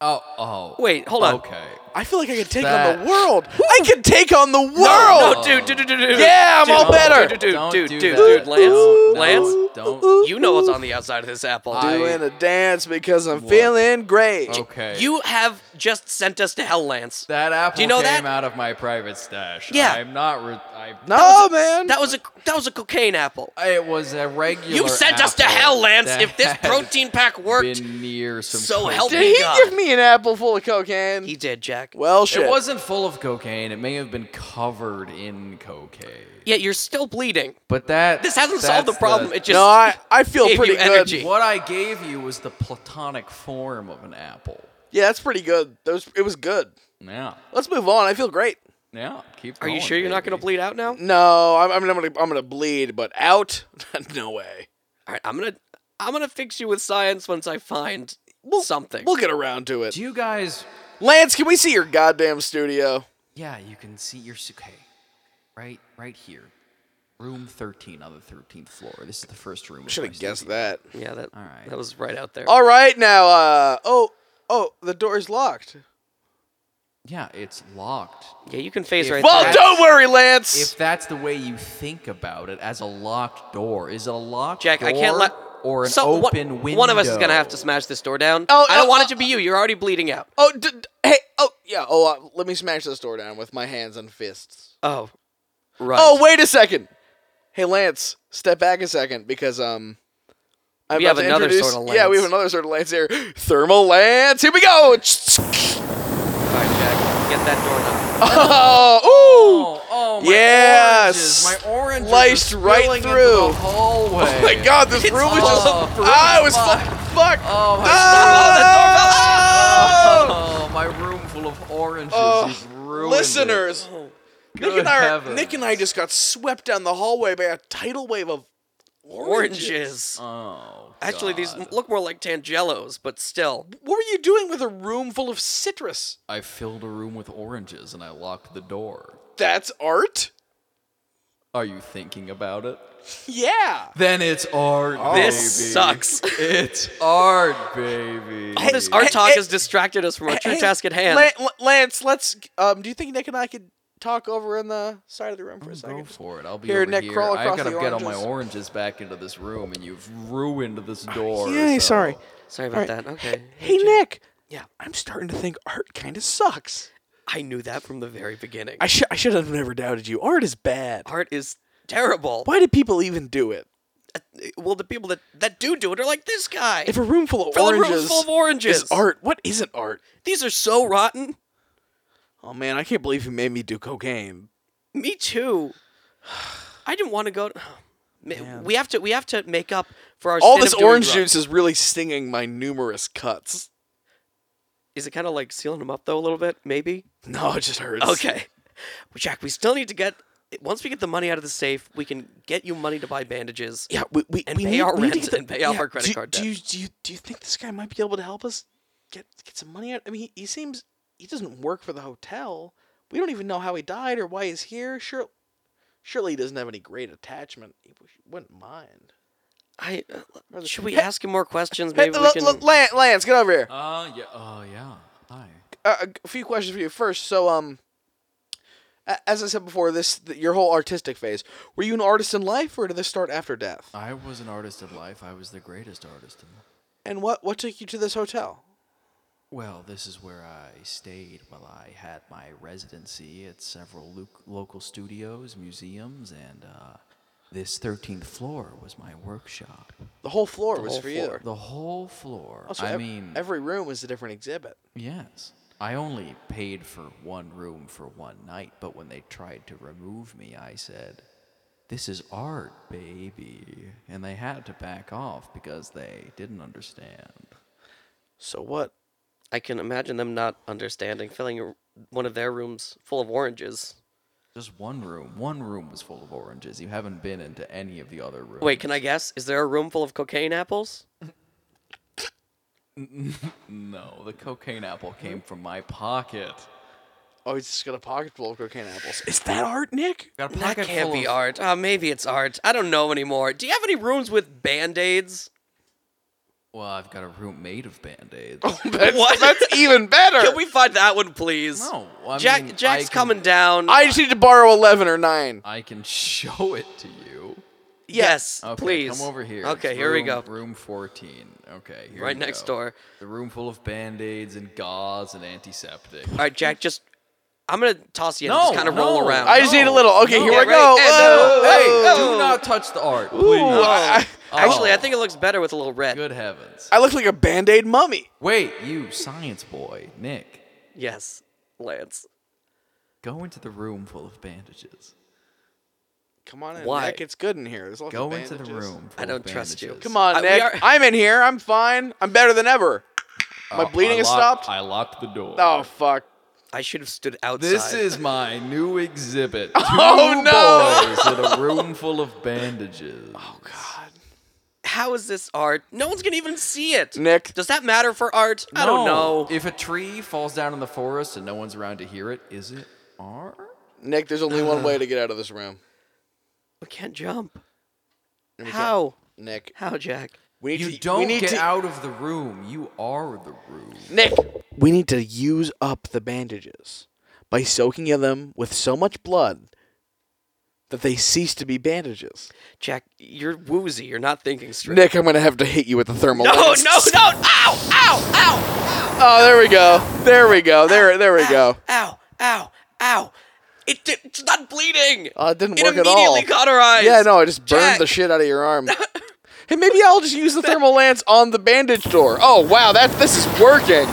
[SPEAKER 3] Oh, oh.
[SPEAKER 2] Wait, hold on.
[SPEAKER 3] Okay.
[SPEAKER 1] I feel like I could take on
[SPEAKER 3] That-
[SPEAKER 1] the world. I could take on the world.
[SPEAKER 2] No, no, dude, dude, dude, dude, dude.
[SPEAKER 1] Yeah, I'm
[SPEAKER 2] dude,
[SPEAKER 1] all better.
[SPEAKER 2] Dude, dude,
[SPEAKER 3] Don't
[SPEAKER 2] dude,
[SPEAKER 3] do
[SPEAKER 2] dude,
[SPEAKER 3] that.
[SPEAKER 2] dude, Lance,
[SPEAKER 3] Don't- no,
[SPEAKER 2] Lance,
[SPEAKER 3] don't.
[SPEAKER 2] you know what's on the outside of this apple, dude.
[SPEAKER 3] I-
[SPEAKER 1] Doing a dance because I'm feeling great.
[SPEAKER 3] Okay.
[SPEAKER 2] You have just sent us to hell, Lance.
[SPEAKER 3] That apple
[SPEAKER 2] Do you know
[SPEAKER 3] came
[SPEAKER 2] that?
[SPEAKER 3] out of my private stash.
[SPEAKER 2] Yeah.
[SPEAKER 3] I'm not. Re- I.
[SPEAKER 1] No,
[SPEAKER 2] was a-
[SPEAKER 1] man.
[SPEAKER 2] That was a that was a cocaine apple.
[SPEAKER 3] It was a regular.
[SPEAKER 2] You've sent us to
[SPEAKER 3] apple
[SPEAKER 2] hell, Lance.
[SPEAKER 3] that
[SPEAKER 2] If this
[SPEAKER 3] had
[SPEAKER 2] protein pack worked,
[SPEAKER 3] been near some.
[SPEAKER 2] so
[SPEAKER 3] cocaine.
[SPEAKER 2] help
[SPEAKER 1] Did
[SPEAKER 2] me
[SPEAKER 1] he
[SPEAKER 2] God.
[SPEAKER 1] give me an apple full of cocaine?
[SPEAKER 2] he did, Jack.
[SPEAKER 1] well, shit.
[SPEAKER 3] It wasn't full of cocaine. It may have been covered in cocaine.
[SPEAKER 2] Yet you're still bleeding.
[SPEAKER 3] But that
[SPEAKER 2] This hasn't solved the
[SPEAKER 3] that's
[SPEAKER 2] problem. It just
[SPEAKER 1] no, I, I feel
[SPEAKER 2] gave
[SPEAKER 1] pretty
[SPEAKER 2] you
[SPEAKER 1] good.
[SPEAKER 2] energy.
[SPEAKER 3] What I gave you was the platonic form of an apple.
[SPEAKER 1] Yeah, that's pretty good. That was, it was good.
[SPEAKER 3] Yeah.
[SPEAKER 1] Let's move on. I feel great.
[SPEAKER 3] Yeah. Keep
[SPEAKER 2] Are
[SPEAKER 3] going.
[SPEAKER 2] you sure you're not going to
[SPEAKER 3] oh, baby.
[SPEAKER 2] bleed out now?
[SPEAKER 1] No, I'm, I'm gonna I'm gonna bleed, but out? no way.
[SPEAKER 2] All right, I'm gonna I'm gonna fix you with science once I find something.
[SPEAKER 1] We'll get around to it.
[SPEAKER 3] Do you guys?
[SPEAKER 1] Lance, can we see your goddamn studio?
[SPEAKER 3] Yeah, you can see your okay, right, right here, room thirteen on the thirteenth floor. This is the first room. of
[SPEAKER 1] Should
[SPEAKER 3] my
[SPEAKER 1] have guessed
[SPEAKER 3] studio.
[SPEAKER 1] that.
[SPEAKER 2] yeah, that
[SPEAKER 3] All right. Oh,
[SPEAKER 2] that was right out there.
[SPEAKER 1] All right, now. Uh oh oh, the door's locked.
[SPEAKER 3] Yeah, it's locked.
[SPEAKER 2] Yeah, you can phase right
[SPEAKER 1] Well,
[SPEAKER 2] through.
[SPEAKER 3] don't-
[SPEAKER 1] don't worry, Lance.
[SPEAKER 3] If that's the way you think about it, as a locked door, is it a locked
[SPEAKER 2] Jack,
[SPEAKER 3] door
[SPEAKER 2] I can't let
[SPEAKER 3] or an
[SPEAKER 2] So, one-
[SPEAKER 3] open window?
[SPEAKER 2] One of us is gonna have to smash this door down.
[SPEAKER 1] Oh,
[SPEAKER 2] I don't
[SPEAKER 1] oh,
[SPEAKER 2] want
[SPEAKER 1] oh,
[SPEAKER 2] it to be you. You're already bleeding out.
[SPEAKER 1] oh d- d- hey oh yeah oh uh, let me smash this door down with my hands and fists.
[SPEAKER 2] Oh, right.
[SPEAKER 1] Oh wait a second. Hey Lance, step back a second because um. I'm
[SPEAKER 2] We
[SPEAKER 1] about
[SPEAKER 2] have
[SPEAKER 1] to
[SPEAKER 2] another
[SPEAKER 1] introduce-
[SPEAKER 2] sort of
[SPEAKER 1] Yeah, we have
[SPEAKER 2] Lance.
[SPEAKER 1] another sort of lance here. Thermal lance. Here we go.
[SPEAKER 2] All right, Jack, get that door knob.
[SPEAKER 1] Oh, ooh.
[SPEAKER 3] Oh, oh my
[SPEAKER 1] Yes.
[SPEAKER 3] oranges! My oranges
[SPEAKER 1] Sliced
[SPEAKER 3] are
[SPEAKER 1] right
[SPEAKER 3] spilling into
[SPEAKER 1] through.
[SPEAKER 3] the hallway.
[SPEAKER 1] Oh my god, this
[SPEAKER 2] It's
[SPEAKER 1] room is
[SPEAKER 2] all
[SPEAKER 1] just.
[SPEAKER 3] over.
[SPEAKER 1] I was
[SPEAKER 3] Fuck.
[SPEAKER 1] fucking fucked.
[SPEAKER 3] Oh my
[SPEAKER 1] Oh,
[SPEAKER 3] Oh, my room full of oranges is ruined.
[SPEAKER 1] Listeners, Nick
[SPEAKER 3] Good
[SPEAKER 1] and, I are,
[SPEAKER 3] heavens.
[SPEAKER 1] Nick and I just got swept down the hallway by a tidal wave of oranges.
[SPEAKER 2] Oranges.
[SPEAKER 3] Oh,
[SPEAKER 2] Actually, these
[SPEAKER 3] God.
[SPEAKER 2] m- look more like Tangelos, but still.
[SPEAKER 1] What were you doing with a room full of citrus?
[SPEAKER 3] I filled a room with oranges and I locked the door.
[SPEAKER 1] That's art?
[SPEAKER 3] Are you thinking about it?
[SPEAKER 1] Yeah.
[SPEAKER 3] Then it's art,
[SPEAKER 1] Oh.
[SPEAKER 2] This
[SPEAKER 3] baby.
[SPEAKER 2] sucks.
[SPEAKER 3] It's art, baby.
[SPEAKER 2] All this art
[SPEAKER 1] Hey,
[SPEAKER 2] talk
[SPEAKER 1] hey,
[SPEAKER 2] has distracted us from our true
[SPEAKER 1] Hey,
[SPEAKER 2] task at hand.
[SPEAKER 1] Lan- L- Lance, let's. Um, do you think Nick and I could talk over in the side of the room for a
[SPEAKER 3] Go
[SPEAKER 1] second?
[SPEAKER 3] for it. I'll be
[SPEAKER 1] Here,
[SPEAKER 3] over
[SPEAKER 1] Nick,
[SPEAKER 3] here.
[SPEAKER 1] crawl
[SPEAKER 3] I
[SPEAKER 1] across
[SPEAKER 3] gotta
[SPEAKER 1] the
[SPEAKER 3] get all my
[SPEAKER 1] oranges.
[SPEAKER 3] oranges back into this room, and you've ruined this door.
[SPEAKER 1] Yay,
[SPEAKER 3] so-
[SPEAKER 1] sorry.
[SPEAKER 2] Sorry about
[SPEAKER 1] All right.
[SPEAKER 2] that. Okay.
[SPEAKER 1] Hey, Nick.
[SPEAKER 2] Yeah.
[SPEAKER 1] I'm starting to think art kind of sucks.
[SPEAKER 2] I knew that from the very beginning.
[SPEAKER 1] I should I should have never doubted you. Art is bad.
[SPEAKER 2] art is terrible.
[SPEAKER 1] Why do people even do it?
[SPEAKER 2] uh, well, the people that, that do do it are like this guy.
[SPEAKER 1] If a room full of
[SPEAKER 2] Fill a room
[SPEAKER 1] oranges,
[SPEAKER 2] full of oranges.
[SPEAKER 1] is art, what isn't art?
[SPEAKER 2] These are so rotten.
[SPEAKER 1] Oh man, I can't believe you made me do cocaine.
[SPEAKER 2] Me too. I didn't want to go. To, we have to. We have to make up for our.
[SPEAKER 1] All
[SPEAKER 2] sin
[SPEAKER 1] this
[SPEAKER 2] of doing
[SPEAKER 1] orange
[SPEAKER 2] drugs.
[SPEAKER 1] juice is really stinging my numerous cuts.
[SPEAKER 2] Is it kind of like sealing them up though a little bit? Maybe.
[SPEAKER 1] No, it just hurts.
[SPEAKER 2] Okay. Well, Jack, we still need to get. Once we get the money out of the safe, we can get you money to buy bandages.
[SPEAKER 1] Yeah, we, we,
[SPEAKER 2] And
[SPEAKER 1] we
[SPEAKER 2] pay
[SPEAKER 1] need,
[SPEAKER 2] our
[SPEAKER 1] we need to
[SPEAKER 2] rent
[SPEAKER 1] get the-
[SPEAKER 2] and pay off
[SPEAKER 1] yeah,
[SPEAKER 2] our credit
[SPEAKER 1] do,
[SPEAKER 2] card
[SPEAKER 1] Do
[SPEAKER 2] debt.
[SPEAKER 1] you, do you do you think this guy might be able to help us get get some money out? I mean, he, he seems he doesn't work for the hotel. We don't even know how he died or why he's here. Sure, surely he doesn't have any great attachment. He wouldn't mind.
[SPEAKER 2] I. uh,
[SPEAKER 1] Rather-
[SPEAKER 2] Should we
[SPEAKER 1] Hey-
[SPEAKER 2] ask him more questions?
[SPEAKER 1] Hey,
[SPEAKER 2] Maybe we
[SPEAKER 1] L-
[SPEAKER 2] can.
[SPEAKER 1] L- Lan- Lance, get over here.
[SPEAKER 3] Uh, yeah. Oh, yeah. Hi.
[SPEAKER 1] uh, a few questions for you first. So, um, a- as I said before, this th- your whole artistic phase. Were you an artist in life, or did this start after death?
[SPEAKER 3] I was an artist in life. I was the greatest artist in life.
[SPEAKER 1] And what what took you to this hotel?
[SPEAKER 3] Well, this is where I stayed while I had my residency at several lo- local studios, museums, and uh, this 13th floor was my workshop.
[SPEAKER 1] The whole floor was
[SPEAKER 2] whole
[SPEAKER 1] for
[SPEAKER 2] floor.
[SPEAKER 1] you.
[SPEAKER 3] The whole floor.
[SPEAKER 1] Also,
[SPEAKER 3] I
[SPEAKER 1] Oh, ev-
[SPEAKER 3] mean,
[SPEAKER 1] every room was a different exhibit.
[SPEAKER 3] yes. I only paid for one room for one night, but when they tried to remove me, I said, This is art, baby. And they had to back off because they didn't understand.
[SPEAKER 1] So what?
[SPEAKER 2] I can imagine them not understanding filling a- one of their rooms full of oranges.
[SPEAKER 3] Just one room. One room was full of oranges. You haven't been into any of the other rooms.
[SPEAKER 2] Wait, can I guess? Is there a room full of cocaine apples?
[SPEAKER 3] No, the cocaine apple came from my pocket.
[SPEAKER 1] Oh, he's just got a pocket full of cocaine apples. Is that art, Nick?
[SPEAKER 3] Got a
[SPEAKER 2] That
[SPEAKER 3] pocket
[SPEAKER 2] can't
[SPEAKER 3] full
[SPEAKER 2] be
[SPEAKER 3] of-
[SPEAKER 2] art. Ah, maybe it's art. I don't know anymore. Do you have any rooms with band aids?
[SPEAKER 3] Well, I've got a room made of band aids.
[SPEAKER 2] Oh
[SPEAKER 1] That's,
[SPEAKER 2] What?
[SPEAKER 1] That's even better.
[SPEAKER 2] Can we find that one, please?
[SPEAKER 3] No, I
[SPEAKER 2] Jack,
[SPEAKER 3] mean,
[SPEAKER 2] Jack's
[SPEAKER 3] I can-
[SPEAKER 2] coming down.
[SPEAKER 1] I just need to borrow eleven or nine.
[SPEAKER 3] I can show it to you.
[SPEAKER 2] yes,
[SPEAKER 3] Okay,
[SPEAKER 2] please.
[SPEAKER 3] come over here.
[SPEAKER 2] Okay,
[SPEAKER 3] It's
[SPEAKER 2] here we
[SPEAKER 3] room-
[SPEAKER 2] go.
[SPEAKER 3] Room 14. Okay, here
[SPEAKER 2] Right
[SPEAKER 3] we
[SPEAKER 2] next
[SPEAKER 3] go.
[SPEAKER 2] door.
[SPEAKER 3] The room full of band aids and gauze and antiseptic.
[SPEAKER 2] All right, Jack, just I'm gonna toss you.
[SPEAKER 3] No,
[SPEAKER 2] and just kind of roll
[SPEAKER 3] no.
[SPEAKER 2] around.
[SPEAKER 1] I just need a little. Okay,
[SPEAKER 3] No.
[SPEAKER 1] here
[SPEAKER 2] Yeah,
[SPEAKER 1] I
[SPEAKER 2] right.
[SPEAKER 1] go.
[SPEAKER 2] And,
[SPEAKER 1] Whoa,
[SPEAKER 2] uh,
[SPEAKER 1] hey.
[SPEAKER 2] oh.
[SPEAKER 3] Do not touch the art, please.
[SPEAKER 1] Ooh, I,
[SPEAKER 2] Actually,
[SPEAKER 3] Oh.
[SPEAKER 2] I think it looks better with a little red.
[SPEAKER 3] Good heavens.
[SPEAKER 1] I look like a band aid mummy.
[SPEAKER 3] Wait, you science boy, Nick.
[SPEAKER 2] Yes, Lance.
[SPEAKER 3] Go into the room full of bandages.
[SPEAKER 1] Come on in,
[SPEAKER 2] Why?
[SPEAKER 1] Nick. It's good in here. There's lots
[SPEAKER 3] Go
[SPEAKER 1] of
[SPEAKER 3] into the
[SPEAKER 1] bandages.
[SPEAKER 3] room.
[SPEAKER 2] I
[SPEAKER 3] full of
[SPEAKER 2] don't trust you.
[SPEAKER 3] bandages.
[SPEAKER 1] Come on,
[SPEAKER 2] Uh, we
[SPEAKER 1] Nick.
[SPEAKER 2] are-
[SPEAKER 1] I'm in here. I'm fine. I'm better than ever. My
[SPEAKER 4] Uh,
[SPEAKER 1] bleeding
[SPEAKER 4] I
[SPEAKER 1] has
[SPEAKER 4] locked-
[SPEAKER 1] stopped.
[SPEAKER 4] I locked the door.
[SPEAKER 1] Oh fuck.
[SPEAKER 2] I should have stood outside.
[SPEAKER 3] This is my new exhibit. Two
[SPEAKER 1] Oh, no.
[SPEAKER 3] boys in a room full of bandages. Oh god.
[SPEAKER 2] how is this art? No one's gonna even see it.
[SPEAKER 1] Nick.
[SPEAKER 2] does that matter for art? I don't know.
[SPEAKER 3] If a tree falls down in the forest and no one's around to hear it, is it art?
[SPEAKER 1] Nick, there's only one way to get out of this room.
[SPEAKER 2] we can't jump.
[SPEAKER 1] And we can't-
[SPEAKER 2] How?
[SPEAKER 1] Nick,
[SPEAKER 2] How, Jack?
[SPEAKER 1] we need
[SPEAKER 3] You
[SPEAKER 1] to.
[SPEAKER 3] don't
[SPEAKER 1] we need
[SPEAKER 3] get
[SPEAKER 1] to,
[SPEAKER 3] out of the room. You are the room.
[SPEAKER 1] Nick, we need to use up the bandages by soaking them with so much blood that they cease to be bandages.
[SPEAKER 2] Jack, you're woozy. You're not thinking straight.
[SPEAKER 1] Nick, I'm gonna have to hit you with the thermal.
[SPEAKER 2] no, no, no!
[SPEAKER 1] lens.
[SPEAKER 2] Ow! Ow! Ow!
[SPEAKER 1] Oh, there we go. There we go. There, there we go.
[SPEAKER 2] Ow! Ow! Ow! It di- it's not bleeding.
[SPEAKER 1] Oh, it didn't
[SPEAKER 2] it
[SPEAKER 1] work at all.
[SPEAKER 2] immediately cauterized.
[SPEAKER 1] Yeah, no, I just burned
[SPEAKER 2] Jack.
[SPEAKER 1] the shit out of your arm. hey, maybe I'll just use the thermal lance on the bandage door. Oh wow, that this is working.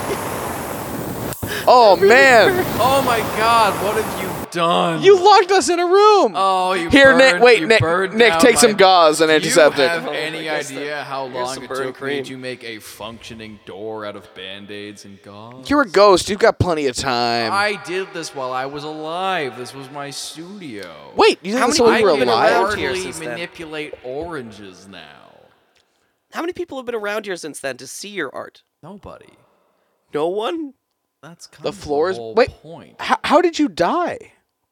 [SPEAKER 1] Oh man,
[SPEAKER 3] Oh my god, what have you done?
[SPEAKER 1] you locked us in a room.
[SPEAKER 3] Oh, you
[SPEAKER 1] Here,
[SPEAKER 3] burned,
[SPEAKER 1] Nick. Wait,
[SPEAKER 3] you
[SPEAKER 1] Nick.
[SPEAKER 3] burned
[SPEAKER 1] Nick,
[SPEAKER 3] down
[SPEAKER 1] take
[SPEAKER 3] my-
[SPEAKER 1] some gauze and
[SPEAKER 3] Do you
[SPEAKER 1] antiseptic.
[SPEAKER 3] have
[SPEAKER 2] Oh, I
[SPEAKER 3] any
[SPEAKER 2] guess that-
[SPEAKER 3] idea how
[SPEAKER 2] here's
[SPEAKER 3] long
[SPEAKER 2] some
[SPEAKER 3] it
[SPEAKER 2] burn
[SPEAKER 3] took
[SPEAKER 2] cream.
[SPEAKER 3] me to make a functioning door out of band-aids and gauze?
[SPEAKER 1] You're a ghost. You've got plenty of time.
[SPEAKER 3] I did this while I was alive. This was my studio.
[SPEAKER 1] Wait, you did
[SPEAKER 2] How
[SPEAKER 1] this
[SPEAKER 2] many
[SPEAKER 1] while you were
[SPEAKER 2] people have been
[SPEAKER 1] alive?
[SPEAKER 2] around? here since then.
[SPEAKER 3] manipulate oranges now.
[SPEAKER 2] How many people have been around here since then to see your art?
[SPEAKER 3] Nobody.
[SPEAKER 2] No one.
[SPEAKER 3] That's kind
[SPEAKER 1] The
[SPEAKER 3] of
[SPEAKER 1] floor is
[SPEAKER 3] whole
[SPEAKER 1] wait.
[SPEAKER 3] point.
[SPEAKER 1] How, how did you die?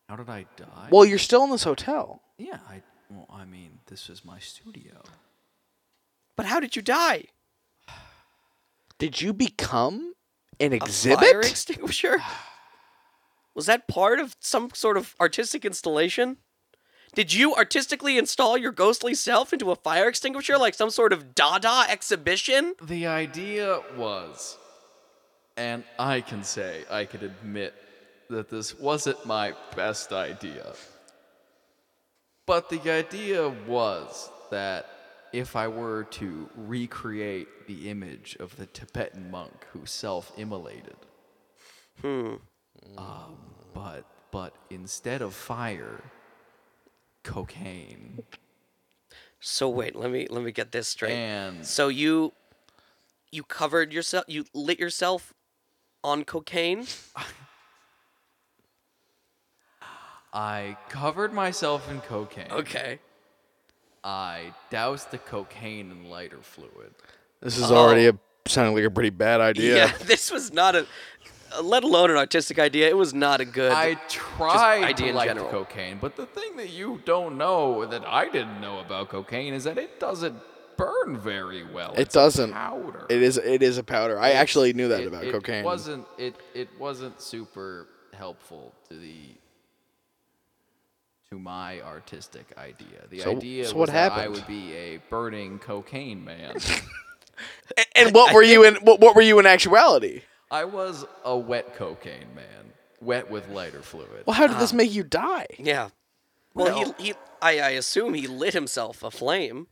[SPEAKER 3] How did I die?
[SPEAKER 1] Well, you're still in this hotel.
[SPEAKER 3] yeah. I well, I mean, this is my studio.
[SPEAKER 2] But how did you die?
[SPEAKER 1] Did you become an
[SPEAKER 2] A fire
[SPEAKER 1] exhibit?
[SPEAKER 2] extinguisher? Was that part of some sort of artistic installation? Did you artistically install your ghostly self into a fire extinguisher like some sort of Dada exhibition?
[SPEAKER 3] The idea was, and I can say, I can admit that this wasn't my best idea. But the idea was that if I were to recreate the image of the Tibetan monk who self-immolated. Hmm. Um, but but instead of fire, cocaine.
[SPEAKER 2] So wait, let me let me get this straight.
[SPEAKER 3] And-
[SPEAKER 2] so you you covered yourself, you lit yourself on cocaine.
[SPEAKER 3] I covered myself in cocaine.
[SPEAKER 2] Okay.
[SPEAKER 3] I doused the cocaine in lighter fluid.
[SPEAKER 1] This is
[SPEAKER 3] Oh.
[SPEAKER 1] already a, sounding like a pretty bad idea.
[SPEAKER 2] this was not a, let alone an artistic idea. It was not a good.
[SPEAKER 3] I tried
[SPEAKER 2] idea
[SPEAKER 3] to
[SPEAKER 2] in
[SPEAKER 3] like
[SPEAKER 2] general.
[SPEAKER 3] cocaine, but the thing that you don't know that I didn't know about cocaine is that it doesn't burn very well.
[SPEAKER 1] It
[SPEAKER 3] It's a
[SPEAKER 1] doesn't.
[SPEAKER 3] powder.
[SPEAKER 1] It is. It is a powder. I actually knew that
[SPEAKER 3] It-
[SPEAKER 1] about
[SPEAKER 3] it
[SPEAKER 1] cocaine.
[SPEAKER 3] wasn't it, it wasn't super helpful to the to my artistic idea. The
[SPEAKER 1] So-
[SPEAKER 3] idea
[SPEAKER 1] so
[SPEAKER 3] was
[SPEAKER 1] what
[SPEAKER 3] that I
[SPEAKER 1] happened?
[SPEAKER 3] would be a burning cocaine man.
[SPEAKER 1] A- And what were you in? What, what were you in actuality?
[SPEAKER 3] I was a wet cocaine man, wet with lighter fluid.
[SPEAKER 1] Well, how did this make you die?
[SPEAKER 2] yeah. Well, he, he I, I assume he lit himself aflame.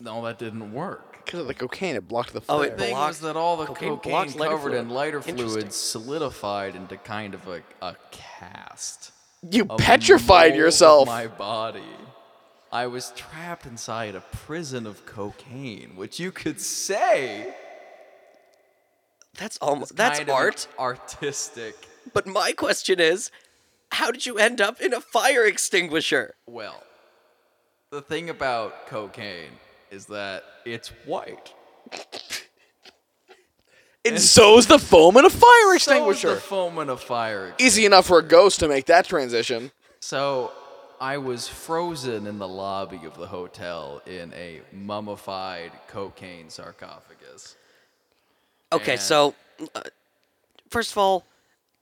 [SPEAKER 3] No, that didn't work.
[SPEAKER 1] Because of the cocaine, it blocked the
[SPEAKER 2] Oh,
[SPEAKER 1] flame.
[SPEAKER 2] it
[SPEAKER 3] thing
[SPEAKER 2] blocked-
[SPEAKER 3] was that all the
[SPEAKER 2] cocaine
[SPEAKER 3] cocaine,
[SPEAKER 2] blocks lighter
[SPEAKER 3] covered in
[SPEAKER 2] fluid.
[SPEAKER 3] lighter
[SPEAKER 2] Interesting.
[SPEAKER 3] fluid solidified into kind of a, a cast.
[SPEAKER 1] you
[SPEAKER 3] a
[SPEAKER 1] petrified
[SPEAKER 3] mold of
[SPEAKER 1] yourself.
[SPEAKER 3] My body. I was trapped inside a prison of cocaine, which you could say
[SPEAKER 2] That's almost that's
[SPEAKER 3] kind of an
[SPEAKER 2] art.
[SPEAKER 3] artistic.
[SPEAKER 2] But my question is, how did you end up in a fire extinguisher?
[SPEAKER 3] Well, the thing about cocaine is that it's white.
[SPEAKER 1] and so's the foam in a fire
[SPEAKER 3] So is
[SPEAKER 1] extinguisher.
[SPEAKER 3] the foam in a fire
[SPEAKER 1] Easy enough for a ghost to make that transition.
[SPEAKER 3] So I was frozen in the lobby of the hotel in a mummified cocaine sarcophagus.
[SPEAKER 2] Okay,
[SPEAKER 3] And-
[SPEAKER 2] so uh, first of all,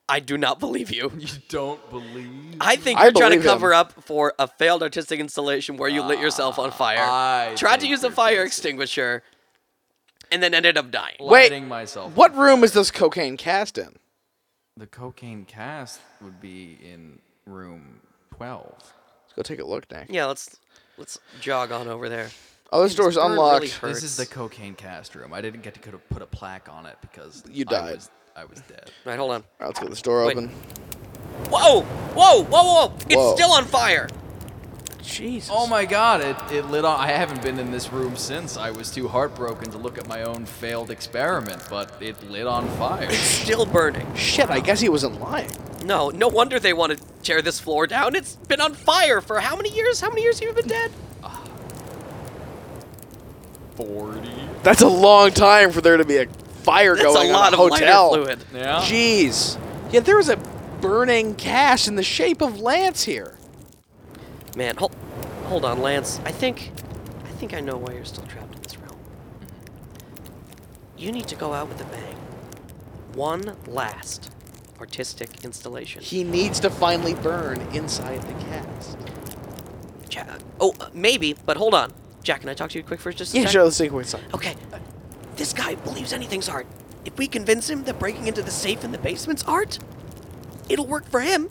[SPEAKER 2] I do not believe you.
[SPEAKER 3] You don't believe?
[SPEAKER 2] I think
[SPEAKER 1] I
[SPEAKER 2] you're trying to
[SPEAKER 1] believe him.
[SPEAKER 2] cover up for a failed artistic installation where you lit yourself on fire,
[SPEAKER 3] Ah, I
[SPEAKER 2] tried to
[SPEAKER 3] think
[SPEAKER 2] use a
[SPEAKER 3] you're
[SPEAKER 2] fire
[SPEAKER 3] fancy.
[SPEAKER 2] extinguisher, and then ended up dying.
[SPEAKER 1] Wait,
[SPEAKER 3] Lighting myself.
[SPEAKER 1] What room is this cocaine cast in?
[SPEAKER 3] The cocaine cast would be in room 12.
[SPEAKER 1] Let's go take a look, Nick.
[SPEAKER 2] Yeah, let's let's jog on over there.
[SPEAKER 1] Oh, this door's
[SPEAKER 2] bird
[SPEAKER 1] unlocked.
[SPEAKER 2] really hurt.
[SPEAKER 3] This is the cocaine cast room. I didn't get to go to put a plaque on it because
[SPEAKER 1] You
[SPEAKER 3] I
[SPEAKER 1] died.
[SPEAKER 3] was, I was dead.
[SPEAKER 2] All right, hold on.
[SPEAKER 1] All right, let's get this door
[SPEAKER 2] Wait.
[SPEAKER 1] open.
[SPEAKER 2] Whoa, whoa, whoa, whoa! It's
[SPEAKER 1] Whoa.
[SPEAKER 2] still on fire.
[SPEAKER 1] Jesus.
[SPEAKER 3] Oh my god, it, it lit on. I haven't been in this room since. I was too heartbroken to look at my own failed experiment, but it lit on fire.
[SPEAKER 2] It's still burning.
[SPEAKER 1] Shit, I guess he wasn't lying.
[SPEAKER 2] No, no wonder they want to tear this floor down. It's been on fire for how many years? How many years have you been dead?
[SPEAKER 4] 40.
[SPEAKER 1] That's a long time for there to be a fire
[SPEAKER 2] That's
[SPEAKER 1] going
[SPEAKER 2] a lot
[SPEAKER 1] on in
[SPEAKER 2] of
[SPEAKER 1] a hotel.
[SPEAKER 2] lighter fluid.
[SPEAKER 4] Yeah.
[SPEAKER 1] Jeez. Yeah, there was a burning cache in the shape of Lance here.
[SPEAKER 2] Man, hold, hold on, Lance. I think, I think I know why you're still trapped in this realm. You need to go out with a bang. One last artistic installation.
[SPEAKER 1] He needs to finally burn inside the cast.
[SPEAKER 2] Ja- oh, uh, maybe, but hold on. Jack, can I talk to you quick for just a
[SPEAKER 1] Yeah,
[SPEAKER 2] sec?
[SPEAKER 1] sure, let's take a quick sec.
[SPEAKER 2] Okay, uh, this guy believes anything's art. If we convince him that breaking into the safe in the basement's art, it'll work for him,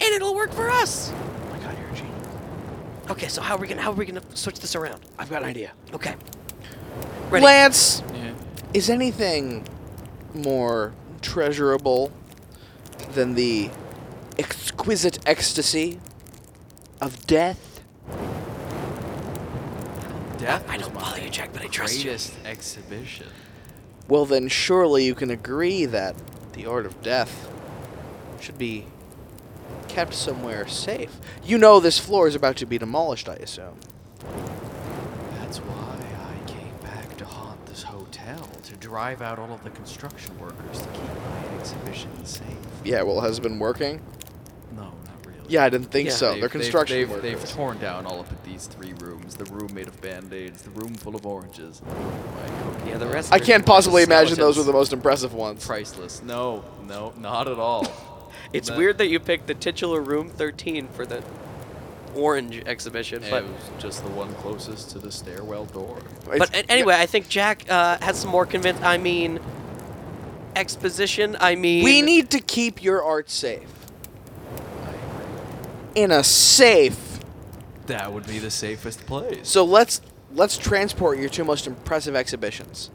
[SPEAKER 2] and it'll work for us.
[SPEAKER 1] Oh my god, you're a genius.
[SPEAKER 2] Okay, so how are we gonna how are we gonna switch this around?
[SPEAKER 1] I've got an idea.
[SPEAKER 2] Okay. Ready?
[SPEAKER 1] Lance,
[SPEAKER 3] Yeah.
[SPEAKER 1] is anything more treasurable than the exquisite ecstasy of death?
[SPEAKER 3] Death
[SPEAKER 2] I
[SPEAKER 3] was
[SPEAKER 2] don't
[SPEAKER 3] my
[SPEAKER 2] follow you, Jack, but I trust you.
[SPEAKER 3] greatest exhibition.
[SPEAKER 1] Well, then surely you can agree that the art of death should be kept somewhere safe. You know this floor is about to be demolished, I assume.
[SPEAKER 3] That's why I came back to haunt this hotel to drive out all of the construction workers to keep my exhibition safe.
[SPEAKER 1] Yeah, well, has it been working?
[SPEAKER 3] No, not really.
[SPEAKER 1] Yeah, I didn't think
[SPEAKER 2] Yeah,
[SPEAKER 1] so.
[SPEAKER 3] They've-
[SPEAKER 1] They're
[SPEAKER 3] they've-
[SPEAKER 1] construction
[SPEAKER 3] they've,
[SPEAKER 1] workers.
[SPEAKER 3] They've torn down all of these three rooms: the room made of band-aids, the room full of oranges, and the room by cocaine.
[SPEAKER 2] Yeah, the rest-
[SPEAKER 1] I can't possibly imagine those were
[SPEAKER 2] Skeletons.
[SPEAKER 1] the most impressive ones.
[SPEAKER 3] priceless. No, no, not at all.
[SPEAKER 2] It's
[SPEAKER 3] That-
[SPEAKER 2] weird that you picked the titular room 13 for the orange exhibition,
[SPEAKER 3] It
[SPEAKER 2] but
[SPEAKER 3] was just the one closest to the stairwell door.
[SPEAKER 2] but a- anyway, I think Jack uh, has some more convinced. I mean, exposition. I mean,
[SPEAKER 1] we need to keep your art safe. In a safe.
[SPEAKER 3] That would be the safest place.
[SPEAKER 1] So let's let's transport your two most impressive exhibitions.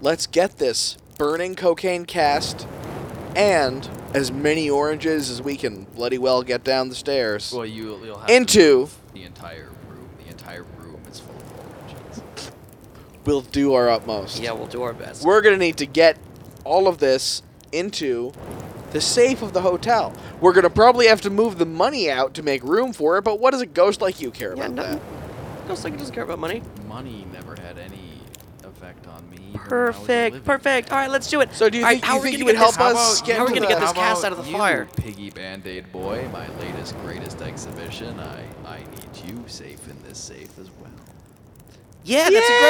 [SPEAKER 1] Let's get this burning cocaine cast and as many oranges as we can bloody well get down the stairs.
[SPEAKER 3] Well, you, you'll have
[SPEAKER 1] Into-
[SPEAKER 3] to move the entire room. The entire room is full of oranges.
[SPEAKER 1] We'll do our utmost.
[SPEAKER 2] Yeah, we'll do our best.
[SPEAKER 1] We're going to need to get all of this into the safe of the hotel. We're going to probably have to move the money out to make room for it, but what does a ghost like you care
[SPEAKER 2] yeah,
[SPEAKER 1] about
[SPEAKER 2] no,
[SPEAKER 1] that?
[SPEAKER 2] Ghost Lake doesn't care about money.
[SPEAKER 3] Money never had any effect on me. even when I was
[SPEAKER 2] Perfect,
[SPEAKER 3] living.
[SPEAKER 2] perfect. All right, let's do it.
[SPEAKER 1] So do you
[SPEAKER 2] All right,
[SPEAKER 1] think-
[SPEAKER 2] how
[SPEAKER 1] you
[SPEAKER 2] are we
[SPEAKER 1] think
[SPEAKER 2] gonna
[SPEAKER 1] you would
[SPEAKER 2] get
[SPEAKER 1] help
[SPEAKER 2] this-
[SPEAKER 1] us
[SPEAKER 2] How are we
[SPEAKER 1] get
[SPEAKER 2] gonna
[SPEAKER 1] to the-
[SPEAKER 2] get this
[SPEAKER 3] How
[SPEAKER 2] cast out
[SPEAKER 3] about
[SPEAKER 2] of the
[SPEAKER 3] you,
[SPEAKER 2] fire?
[SPEAKER 3] Piggy Band-Aid boy, my latest greatest exhibition. I I need you safe in this safe as well.
[SPEAKER 2] Yeah, that's
[SPEAKER 1] Yeah,
[SPEAKER 2] a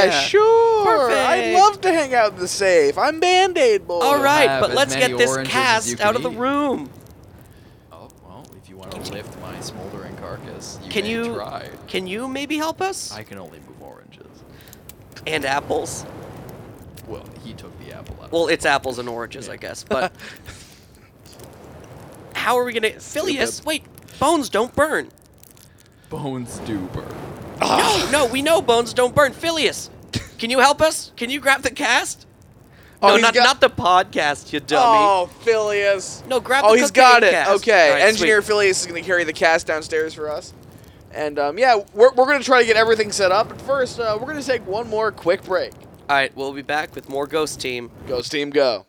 [SPEAKER 2] great idea.
[SPEAKER 1] sure. I'd
[SPEAKER 2] Perfect.
[SPEAKER 1] love to hang out in the safe. I'm Band Aid Boy.
[SPEAKER 2] All
[SPEAKER 3] You'll
[SPEAKER 2] right,
[SPEAKER 3] have
[SPEAKER 2] but
[SPEAKER 3] as
[SPEAKER 2] let's
[SPEAKER 3] many
[SPEAKER 2] get this
[SPEAKER 3] oranges as you
[SPEAKER 2] cast
[SPEAKER 3] can
[SPEAKER 2] out of the
[SPEAKER 3] eat.
[SPEAKER 2] room.
[SPEAKER 3] Oh well, if you want to lift my smoldering carcass, you
[SPEAKER 2] Can
[SPEAKER 3] may
[SPEAKER 2] you
[SPEAKER 3] try.
[SPEAKER 2] can you maybe help us?
[SPEAKER 3] I can only move oranges.
[SPEAKER 2] and apples.
[SPEAKER 3] Well, he took the apple out.
[SPEAKER 2] Well, it's apples and oranges, I guess. But how are we gonna? Phileas, wait. Bones don't burn.
[SPEAKER 3] bones do burn.
[SPEAKER 2] No, no, we know bones don't burn. Phileas, can you help us? Can you grab the cast?
[SPEAKER 1] Oh,
[SPEAKER 2] no,
[SPEAKER 1] he's
[SPEAKER 2] not,
[SPEAKER 1] got-
[SPEAKER 2] not the podcast, you dummy.
[SPEAKER 1] Oh, Phileas.
[SPEAKER 2] No, grab
[SPEAKER 1] oh,
[SPEAKER 2] the
[SPEAKER 1] he's
[SPEAKER 2] cocaine
[SPEAKER 1] got it.
[SPEAKER 2] cast.
[SPEAKER 1] Okay,
[SPEAKER 2] All right,
[SPEAKER 1] engineer
[SPEAKER 2] sweet.
[SPEAKER 1] Phileas is going to carry the cast downstairs for us. And um, yeah, we're, we're going to try to get everything set up. But first, uh, we're going to take one more quick break.
[SPEAKER 2] All right, we'll be back with more Ghost Team.
[SPEAKER 1] Go, Steam, go.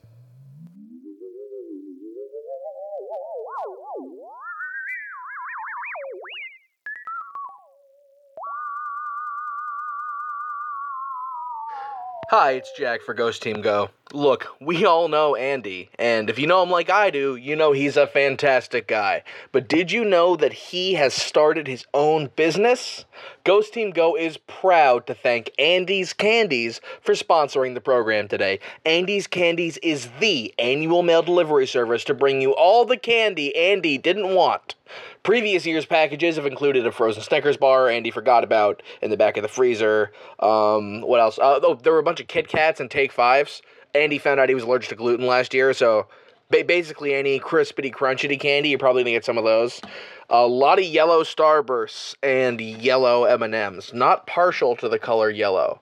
[SPEAKER 1] Hi, it's Jack for Ghost Team Go. Look, we all know Andy, and if you know him like I do, you know he's a fantastic guy. But did you know that he has started his own business? Ghost Team Go is proud to thank Andy's Candies for sponsoring the program today. Andy's Candies is the annual mail delivery service to bring you all the candy Andy didn't want. Previous year's packages have included a frozen Snickers bar Andy forgot about in the back of the freezer. Um, what else? Uh, oh, there were a bunch of Kit Kats and Take Fives. Andy found out he was allergic to gluten last year, so ba- basically any crispity crunchity candy, you're probably gonna get some of those. A lot of yellow Starbursts and yellow M and M's. Not partial to the color yellow.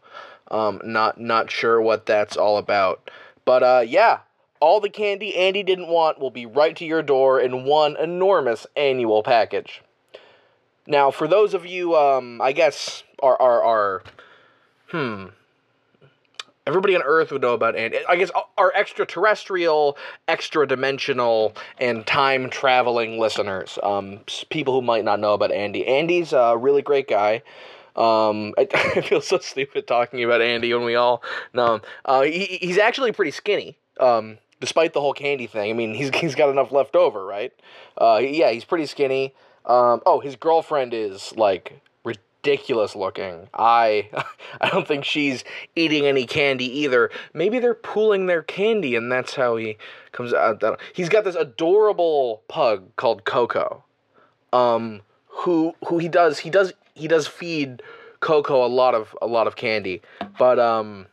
[SPEAKER 1] Um, not not sure what that's all about. But uh, yeah, all the candy Andy didn't want will be right to your door in one enormous annual package. Now, for those of you, um, I guess are are are, hmm. Everybody on Earth would know about Andy. I guess are extraterrestrial, extra-dimensional, and time-traveling listeners. Um, s- people who might not know about Andy. Andy's a really great guy. Um, I, I feel so stupid talking about Andy when we all know him. Uh, he, he- he's actually pretty skinny, um, despite the whole candy thing. I mean, he's, he's got enough left over, right? Uh, yeah, he's pretty skinny. Um, oh, his girlfriend is like ridiculous looking. I I don't think she's eating any candy either. Maybe they're pooling their candy and that's how he comes out. I don't- He's got this adorable pug called Coco um, who who he does he does he does feed Coco a lot of a lot of candy, but um,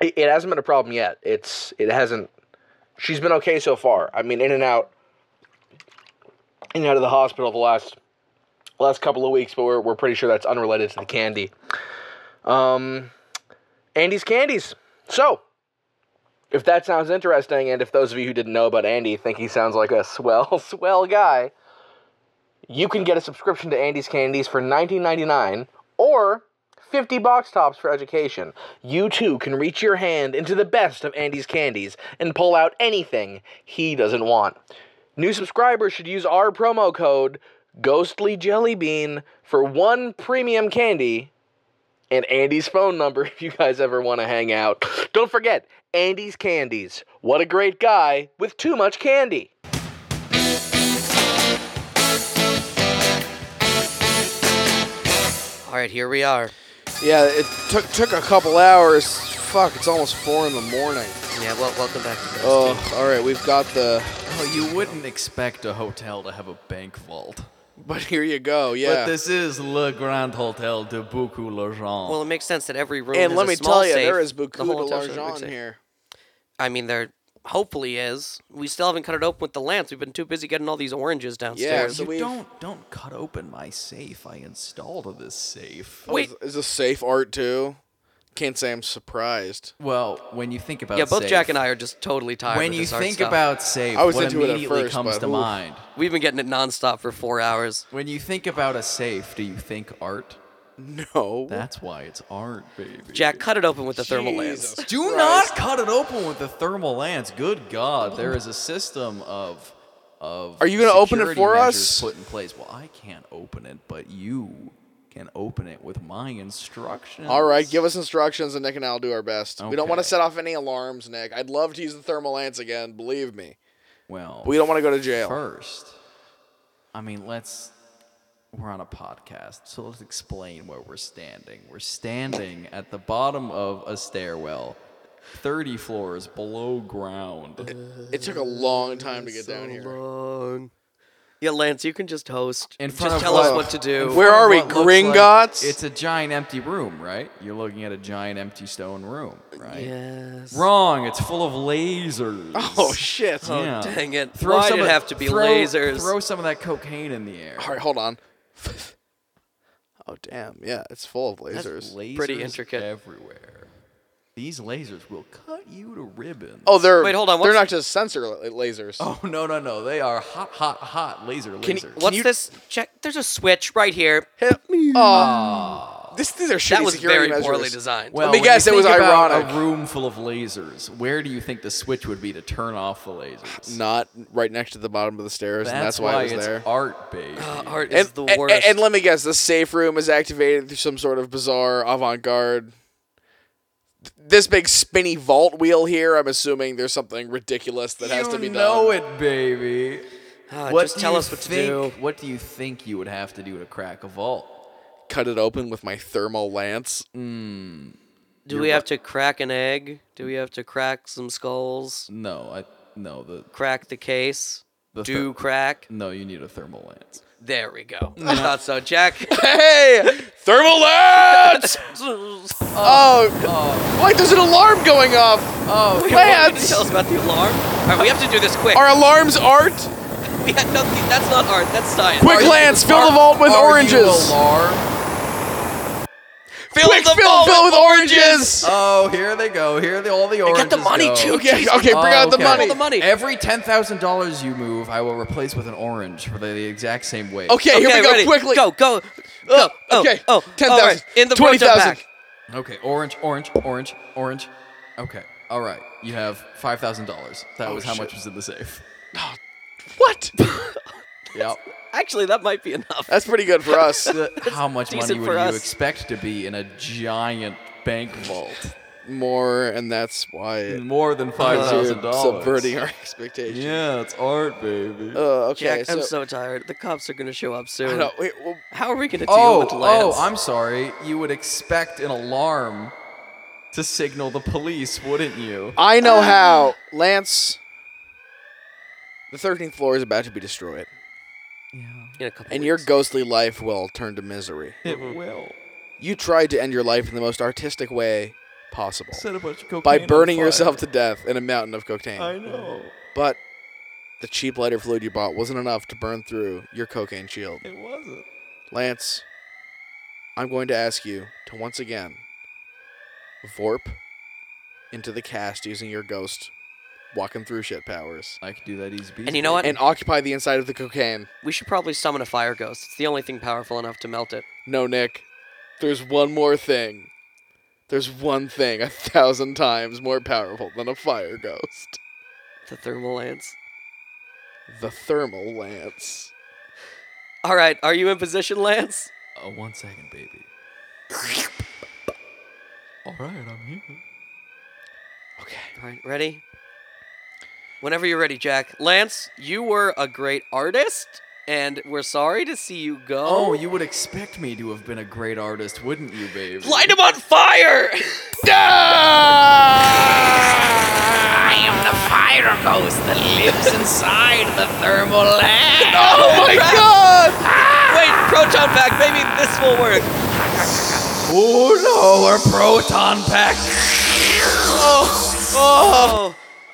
[SPEAKER 1] it, it hasn't been a problem yet. It's it hasn't. She's been okay so far. I mean, in and out, in and out of the hospital the last last couple of weeks, but we're we're pretty sure that's unrelated to the candy. Um, Andy's candies. So. If that sounds interesting, and if those of you who didn't know about Andy think he sounds like a swell, swell guy, you can get a subscription to Andy's Candies for $19.99 or 50 box tops for education. You too can reach your hand into the best of Andy's Candies and pull out anything he doesn't want. New subscribers should use our promo code Ghostly Jellybean for one premium candy and Andy's phone number if you guys ever want to hang out. Don't forget, Andy's Candies. What a great guy with too much candy.
[SPEAKER 2] All right, here we are.
[SPEAKER 1] Yeah, it took took a couple hours. Fuck, it's almost four in the morning.
[SPEAKER 2] Yeah, well, welcome back to Ghost
[SPEAKER 1] Oh,
[SPEAKER 2] Team.
[SPEAKER 1] all right, we've got the.
[SPEAKER 3] Well, Oh, you wouldn't expect a hotel to have a bank vault.
[SPEAKER 1] But here you go, yeah.
[SPEAKER 3] But this is Le Grand Hotel de Beaucoup L'Argent.
[SPEAKER 2] Well, it makes sense that every room
[SPEAKER 1] and
[SPEAKER 2] has
[SPEAKER 1] let
[SPEAKER 2] a
[SPEAKER 1] me
[SPEAKER 2] small
[SPEAKER 1] tell you,
[SPEAKER 2] safe.
[SPEAKER 1] there is
[SPEAKER 2] The
[SPEAKER 1] beaucoup
[SPEAKER 2] whole
[SPEAKER 1] de
[SPEAKER 2] hotel should have a big
[SPEAKER 1] l'argent
[SPEAKER 2] safe.
[SPEAKER 1] here.
[SPEAKER 2] I mean, there hopefully is. We still haven't cut it open with the lance. We've been too busy getting all these oranges downstairs.
[SPEAKER 1] so
[SPEAKER 3] you
[SPEAKER 1] we've-
[SPEAKER 3] don't don't cut open my safe. I installed this safe.
[SPEAKER 2] Wait.
[SPEAKER 1] Is- Is this safe art too? Can't say I'm surprised.
[SPEAKER 3] Well, when you think
[SPEAKER 1] uh,
[SPEAKER 3] about
[SPEAKER 2] Yeah, both
[SPEAKER 3] safe,
[SPEAKER 2] Jack and I are just totally tired.
[SPEAKER 3] when
[SPEAKER 2] of
[SPEAKER 3] you
[SPEAKER 2] this art
[SPEAKER 3] think
[SPEAKER 2] stuff.
[SPEAKER 3] about safe,
[SPEAKER 1] I was
[SPEAKER 3] what
[SPEAKER 1] into it at
[SPEAKER 3] immediately
[SPEAKER 1] first,
[SPEAKER 3] comes
[SPEAKER 1] but
[SPEAKER 3] to
[SPEAKER 1] oof.
[SPEAKER 3] mind?
[SPEAKER 2] we've been getting it nonstop for four hours.
[SPEAKER 3] When you think about a safe, do you think art?
[SPEAKER 1] No.
[SPEAKER 3] That's why it's art, baby.
[SPEAKER 2] Jack, cut it open with the thermal lens.
[SPEAKER 1] Jesus
[SPEAKER 3] Do
[SPEAKER 1] Christ.
[SPEAKER 3] not cut it open with the thermal lance. Good God, there is a system of of.
[SPEAKER 1] Are you gonna open it
[SPEAKER 3] security
[SPEAKER 1] for
[SPEAKER 3] measures
[SPEAKER 1] us?
[SPEAKER 3] Put in place. Well, I can't open it, but you can open it with my instructions.
[SPEAKER 1] All right, give us instructions, and Nick and I'll do our best. We don't want to
[SPEAKER 3] Okay.
[SPEAKER 1] set off any alarms, Nick. I'd love to use the thermal lance again. Believe me,
[SPEAKER 3] Well,
[SPEAKER 1] we don't want to go to jail.
[SPEAKER 3] first. I mean, let's. We're on a podcast, so let's explain where we're standing. We're standing at the bottom of a stairwell, 30 floors below ground.
[SPEAKER 1] It took a long time to get down here.
[SPEAKER 2] Long. Yeah, Lance, you can just host.
[SPEAKER 3] In front
[SPEAKER 2] just
[SPEAKER 3] of
[SPEAKER 2] tell us
[SPEAKER 3] what?
[SPEAKER 2] what to do.
[SPEAKER 1] Where are we,
[SPEAKER 3] What looks like-
[SPEAKER 1] Gringotts?
[SPEAKER 3] it's a giant empty room, right? You're looking at a giant empty stone room, right?
[SPEAKER 2] Yes.
[SPEAKER 3] Wrong. It's full of lasers.
[SPEAKER 1] oh shit!
[SPEAKER 2] Oh,
[SPEAKER 3] Yeah.
[SPEAKER 2] dang it. Why did
[SPEAKER 3] of-
[SPEAKER 2] it have to be
[SPEAKER 3] throw-
[SPEAKER 2] lasers?
[SPEAKER 3] Throw some of that cocaine in the air.
[SPEAKER 1] All right, hold on. oh damn, yeah, it's full of
[SPEAKER 3] That's
[SPEAKER 1] lasers.
[SPEAKER 2] pretty
[SPEAKER 3] lasers
[SPEAKER 2] intricate.
[SPEAKER 3] everywhere. These lasers will cut you to ribbons.
[SPEAKER 1] oh, they're
[SPEAKER 2] Wait, hold on,
[SPEAKER 1] They're
[SPEAKER 2] what's-
[SPEAKER 1] not just sensor la- lasers.
[SPEAKER 3] Oh, no, no, no. They are hot, hot, hot laser
[SPEAKER 2] Can you-
[SPEAKER 3] lasers.
[SPEAKER 2] what's this? Check. There's a switch right here.
[SPEAKER 1] Hip. Aw.
[SPEAKER 2] Oh.
[SPEAKER 1] this these are shitty
[SPEAKER 2] That was
[SPEAKER 1] security
[SPEAKER 2] very
[SPEAKER 1] measures.
[SPEAKER 2] poorly designed.
[SPEAKER 3] Ah. Well,
[SPEAKER 1] me
[SPEAKER 3] when you
[SPEAKER 1] guess, it was
[SPEAKER 3] think about
[SPEAKER 1] ironic.
[SPEAKER 3] A room full of lasers. Where do you think the switch would be to turn off the lasers?
[SPEAKER 1] Not right next to the bottom of the stairs,
[SPEAKER 3] That's,
[SPEAKER 1] and that's why, it was
[SPEAKER 3] it's
[SPEAKER 1] there.
[SPEAKER 3] art, baby.
[SPEAKER 2] Uh, art is
[SPEAKER 1] and,
[SPEAKER 2] the
[SPEAKER 1] and-
[SPEAKER 2] worst.
[SPEAKER 1] And, let me guess, the safe room is activated through some sort of bizarre avant-garde. Th- This big spinny vault wheel here. I'm assuming there's something ridiculous that has to be
[SPEAKER 3] you know
[SPEAKER 1] done.
[SPEAKER 3] it, baby.
[SPEAKER 2] Ah,
[SPEAKER 3] What
[SPEAKER 2] just
[SPEAKER 3] do
[SPEAKER 2] tell
[SPEAKER 3] you
[SPEAKER 2] us what
[SPEAKER 3] think,
[SPEAKER 2] to do.
[SPEAKER 3] What do you think you would have to do to crack a vault?
[SPEAKER 1] Cut it open with my thermal lance.
[SPEAKER 2] Do we have to crack an egg? Do we have to crack some skulls?
[SPEAKER 3] No, I no the
[SPEAKER 2] Crack the case?
[SPEAKER 3] The
[SPEAKER 2] do
[SPEAKER 3] thir-
[SPEAKER 2] crack?
[SPEAKER 3] no. You need a thermal lance.
[SPEAKER 2] There we go. I thought so, Jack.
[SPEAKER 1] Hey, thermal lance!
[SPEAKER 2] oh, Oh,
[SPEAKER 1] oh, wait, there's an alarm going off.
[SPEAKER 2] Can
[SPEAKER 1] lance,
[SPEAKER 2] you tell us about the alarm? All right, we have to do this quick.
[SPEAKER 1] are alarms art?
[SPEAKER 2] We had no, that's not art. That's science.
[SPEAKER 1] Quick
[SPEAKER 2] Are you-
[SPEAKER 1] lance, fill the
[SPEAKER 2] are-
[SPEAKER 1] vault with
[SPEAKER 3] Are you
[SPEAKER 1] oranges.
[SPEAKER 3] alarmed?
[SPEAKER 2] Fill
[SPEAKER 1] Quick,
[SPEAKER 2] the
[SPEAKER 1] fill,
[SPEAKER 2] vault
[SPEAKER 1] fill with oranges.
[SPEAKER 3] Oh, here they go. Here they all the
[SPEAKER 2] Get
[SPEAKER 3] oranges.
[SPEAKER 2] the money
[SPEAKER 3] go.
[SPEAKER 2] too.
[SPEAKER 1] Okay,
[SPEAKER 2] Jesus.
[SPEAKER 1] okay, bring
[SPEAKER 3] Oh,
[SPEAKER 1] out the
[SPEAKER 3] okay.
[SPEAKER 1] money.
[SPEAKER 2] All the money.
[SPEAKER 3] Every ten thousand dollars you move, I will replace with an orange for the, the exact same weight.
[SPEAKER 1] Okay, here we go
[SPEAKER 2] ready.
[SPEAKER 1] quickly.
[SPEAKER 2] Go, go, go. Oh,
[SPEAKER 1] okay.
[SPEAKER 2] Oh,
[SPEAKER 1] 10,000,
[SPEAKER 2] all right. In the
[SPEAKER 1] 20,000.
[SPEAKER 2] back.
[SPEAKER 3] Okay, orange, orange, orange, orange. Okay, all right. You have five thousand dollars. That
[SPEAKER 1] Oh,
[SPEAKER 3] was how much was in the safe.
[SPEAKER 1] What?
[SPEAKER 3] Yep.
[SPEAKER 2] Actually, that might be enough.
[SPEAKER 1] That's pretty good for us.
[SPEAKER 3] how much money
[SPEAKER 2] decent
[SPEAKER 3] would
[SPEAKER 2] for
[SPEAKER 3] you
[SPEAKER 2] us.
[SPEAKER 3] expect to be in a giant bank vault?
[SPEAKER 1] More, and that's why it
[SPEAKER 3] More than five thousand
[SPEAKER 1] You're
[SPEAKER 3] dollars.
[SPEAKER 1] subverting our expectations.
[SPEAKER 3] Yeah, it's art, baby.
[SPEAKER 1] Uh, okay,
[SPEAKER 2] Jack,
[SPEAKER 1] so,
[SPEAKER 2] I'm so tired. The cops are gonna show up soon.
[SPEAKER 1] No, wait, well,
[SPEAKER 2] How are we gonna deal
[SPEAKER 3] Oh,
[SPEAKER 2] with
[SPEAKER 3] oh,
[SPEAKER 2] Lance?
[SPEAKER 3] I'm sorry. You would expect an alarm to signal the police, wouldn't you?
[SPEAKER 1] I
[SPEAKER 2] Um,
[SPEAKER 1] know how. Lance, the 13th floor is about to be destroyed,
[SPEAKER 2] In a couple
[SPEAKER 1] and
[SPEAKER 2] weeks.
[SPEAKER 1] your ghostly life will turn to misery.
[SPEAKER 3] It will.
[SPEAKER 1] You tried to end your life in the most artistic way possible
[SPEAKER 3] Set a bunch of cocaine
[SPEAKER 1] by
[SPEAKER 3] on
[SPEAKER 1] burning
[SPEAKER 3] fire.
[SPEAKER 1] yourself to death in a mountain of cocaine.
[SPEAKER 3] I know.
[SPEAKER 1] But the cheap lighter fluid you bought wasn't enough to burn through your cocaine shield.
[SPEAKER 3] It wasn't.
[SPEAKER 1] Lance, I'm going to ask you to once again vorp into the cast using your ghost walking through shit powers
[SPEAKER 3] I could do that easy.
[SPEAKER 2] And you know what?
[SPEAKER 1] and occupy the inside of the cocaine.
[SPEAKER 2] we should probably summon a fire ghost. It's the only thing powerful enough to melt it.
[SPEAKER 1] No, Nick, there's one more thing. There's one thing a thousand times more powerful than a fire ghost
[SPEAKER 2] The thermal lance.
[SPEAKER 1] the thermal lance.
[SPEAKER 2] All right, are you in position, Lance?
[SPEAKER 3] Oh, one second, baby. All right, I'm here.
[SPEAKER 2] All right, ready? Whenever you're ready, Jack. Lance, you were a great artist, and we're sorry to see you go.
[SPEAKER 3] Oh, you would expect me to have been a great artist, wouldn't you, baby?
[SPEAKER 2] light him on fire!
[SPEAKER 5] I am the fire ghost that lives inside the thermal land.
[SPEAKER 2] oh my god! Wait, proton pack, maybe this will work.
[SPEAKER 3] Oh no, our proton pack.
[SPEAKER 2] Oh,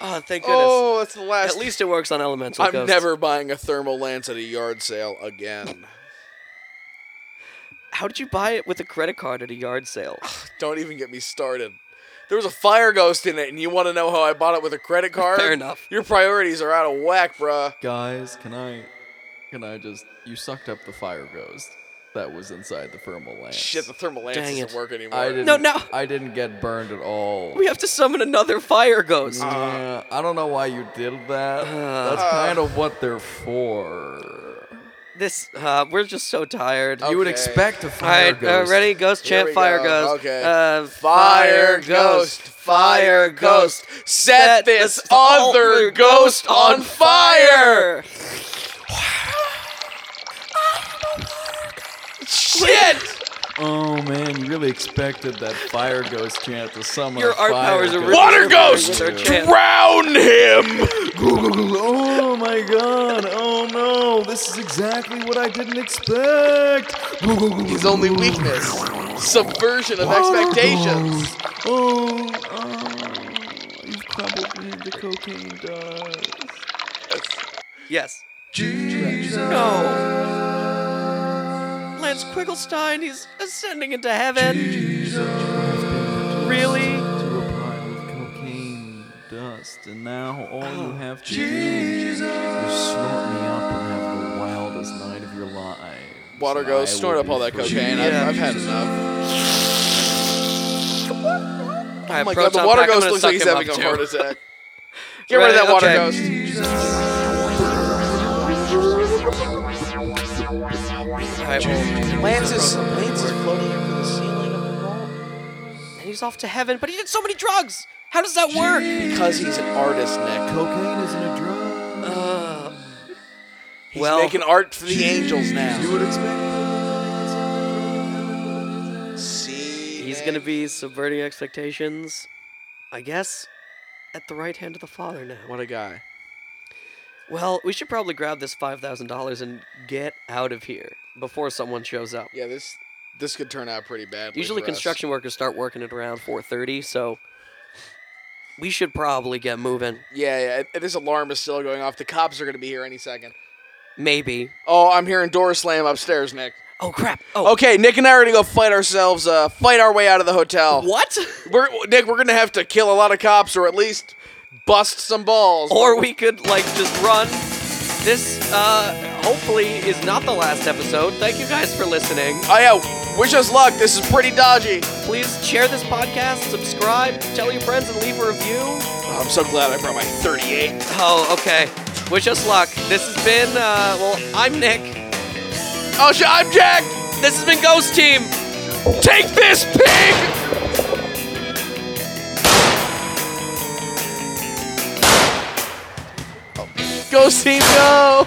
[SPEAKER 2] Oh, thank goodness.
[SPEAKER 1] Oh, it's the last.
[SPEAKER 2] At least it works on elemental
[SPEAKER 1] I'm
[SPEAKER 2] ghosts.
[SPEAKER 1] never buying a thermal lance at a yard sale again.
[SPEAKER 2] How did you buy it with a credit card at a yard sale?
[SPEAKER 1] Don't even get me started. There was a fire ghost in it, and you want to know how I bought it with a credit card?
[SPEAKER 2] Fair enough.
[SPEAKER 1] Your priorities are out of whack, bruh.
[SPEAKER 3] Guys, can I can I just you sucked up the fire ghost that was inside the thermal lamp.
[SPEAKER 1] Shit, the thermal lance
[SPEAKER 2] Dang
[SPEAKER 1] doesn't
[SPEAKER 2] it.
[SPEAKER 1] work anymore.
[SPEAKER 3] I didn't
[SPEAKER 2] No, no.
[SPEAKER 3] I didn't get burned at all.
[SPEAKER 2] We have to summon another fire ghost.
[SPEAKER 1] Mm.
[SPEAKER 3] Yeah, I don't know why you did that. That's
[SPEAKER 2] Uh.
[SPEAKER 3] kind of what they're for.
[SPEAKER 2] This uh, we're just so tired.
[SPEAKER 1] Oh,
[SPEAKER 3] You would
[SPEAKER 1] Okay.
[SPEAKER 3] expect a
[SPEAKER 2] All right,
[SPEAKER 3] fire
[SPEAKER 2] uh,
[SPEAKER 3] ghost.
[SPEAKER 2] ready? Ghost
[SPEAKER 1] Here
[SPEAKER 2] chant,
[SPEAKER 1] we
[SPEAKER 2] fire
[SPEAKER 1] go.
[SPEAKER 2] ghost.
[SPEAKER 1] Okay.
[SPEAKER 2] Uh,
[SPEAKER 1] Fire ghost, fire ghost, set this other ghost on fire. Shit!
[SPEAKER 3] Oh man, you really expected that fire ghost chant to summon
[SPEAKER 2] Your
[SPEAKER 3] a
[SPEAKER 2] art
[SPEAKER 3] fire
[SPEAKER 2] powers are
[SPEAKER 3] ghost.
[SPEAKER 2] really-
[SPEAKER 1] Water ghost,
[SPEAKER 2] With our chant.
[SPEAKER 1] drown him!
[SPEAKER 3] Oh my god! Oh no! This is exactly what I didn't expect.
[SPEAKER 1] His only weakness, subversion of expectations.
[SPEAKER 3] Oh, oh, you've crumbled me into cocaine dust.
[SPEAKER 2] Yes. No. Oh. Lance Quigglestein, he's ascending into heaven. Really?
[SPEAKER 3] To a pile of cocaine dust, and now all you have to Oh, Jesus. do is snort me up and have the wildest night of your life.
[SPEAKER 1] Water ghost, snort up all that cocaine. I've,
[SPEAKER 2] Yeah.
[SPEAKER 1] I've had enough.
[SPEAKER 2] All
[SPEAKER 1] Oh
[SPEAKER 2] right,
[SPEAKER 1] my god,
[SPEAKER 2] Proton
[SPEAKER 1] the water
[SPEAKER 2] Pack, I'm
[SPEAKER 1] ghost
[SPEAKER 2] gonna
[SPEAKER 1] looks like he's
[SPEAKER 2] suck him
[SPEAKER 1] having a
[SPEAKER 2] up,
[SPEAKER 1] heart
[SPEAKER 2] too.
[SPEAKER 1] attack. Get rid of
[SPEAKER 2] Right,
[SPEAKER 1] that water
[SPEAKER 2] okay.
[SPEAKER 1] ghost.
[SPEAKER 2] All right, well,
[SPEAKER 1] Lance is, Lance is floating up to the ceiling of the vault.
[SPEAKER 2] and he's off to heaven, but he did so many drugs. How does that work?
[SPEAKER 1] Because he's an artist, Nick.
[SPEAKER 3] Cocaine isn't a drug.
[SPEAKER 1] He's
[SPEAKER 2] Well-
[SPEAKER 1] making art for the angels
[SPEAKER 3] You
[SPEAKER 1] now.
[SPEAKER 3] would expect.
[SPEAKER 1] See,
[SPEAKER 2] He's
[SPEAKER 1] Nick?
[SPEAKER 2] gonna be subverting expectations, I guess, at the right hand of the Father now.
[SPEAKER 1] What a guy.
[SPEAKER 2] Well, we should probably grab this five thousand dollars and get out of here before someone shows up.
[SPEAKER 1] Yeah, this this could turn out pretty badly.
[SPEAKER 2] Usually,
[SPEAKER 1] for us.
[SPEAKER 2] construction workers start working at around four thirty, so we should probably get moving.
[SPEAKER 1] Yeah, yeah. and- and This alarm is still going off. The cops are gonna be here any second.
[SPEAKER 2] Maybe.
[SPEAKER 1] Oh, I'm hearing door slam upstairs, Nick.
[SPEAKER 2] Oh crap! Oh,
[SPEAKER 1] Okay, Nick and I are gonna go fight ourselves. Uh, fight our way out of the hotel.
[SPEAKER 2] what?
[SPEAKER 1] We're Nick. We're gonna have to kill a lot of cops, or at least bust some balls.
[SPEAKER 2] or we could like just run. This uh, hopefully is not the last episode. Thank you guys for listening.
[SPEAKER 1] oh yeah. Wish us luck. This is pretty dodgy.
[SPEAKER 2] Please share this podcast, subscribe, tell your friends, and leave a review.
[SPEAKER 1] Oh, I'm so glad I brought my 38.
[SPEAKER 2] Oh, okay. Wish us luck. This has been, uh, well, I'm Nick.
[SPEAKER 1] Oh, sh- I'm Jack.
[SPEAKER 2] This has been Ghost Team.
[SPEAKER 1] Take this, pig. Oh. Go, Steve. Go.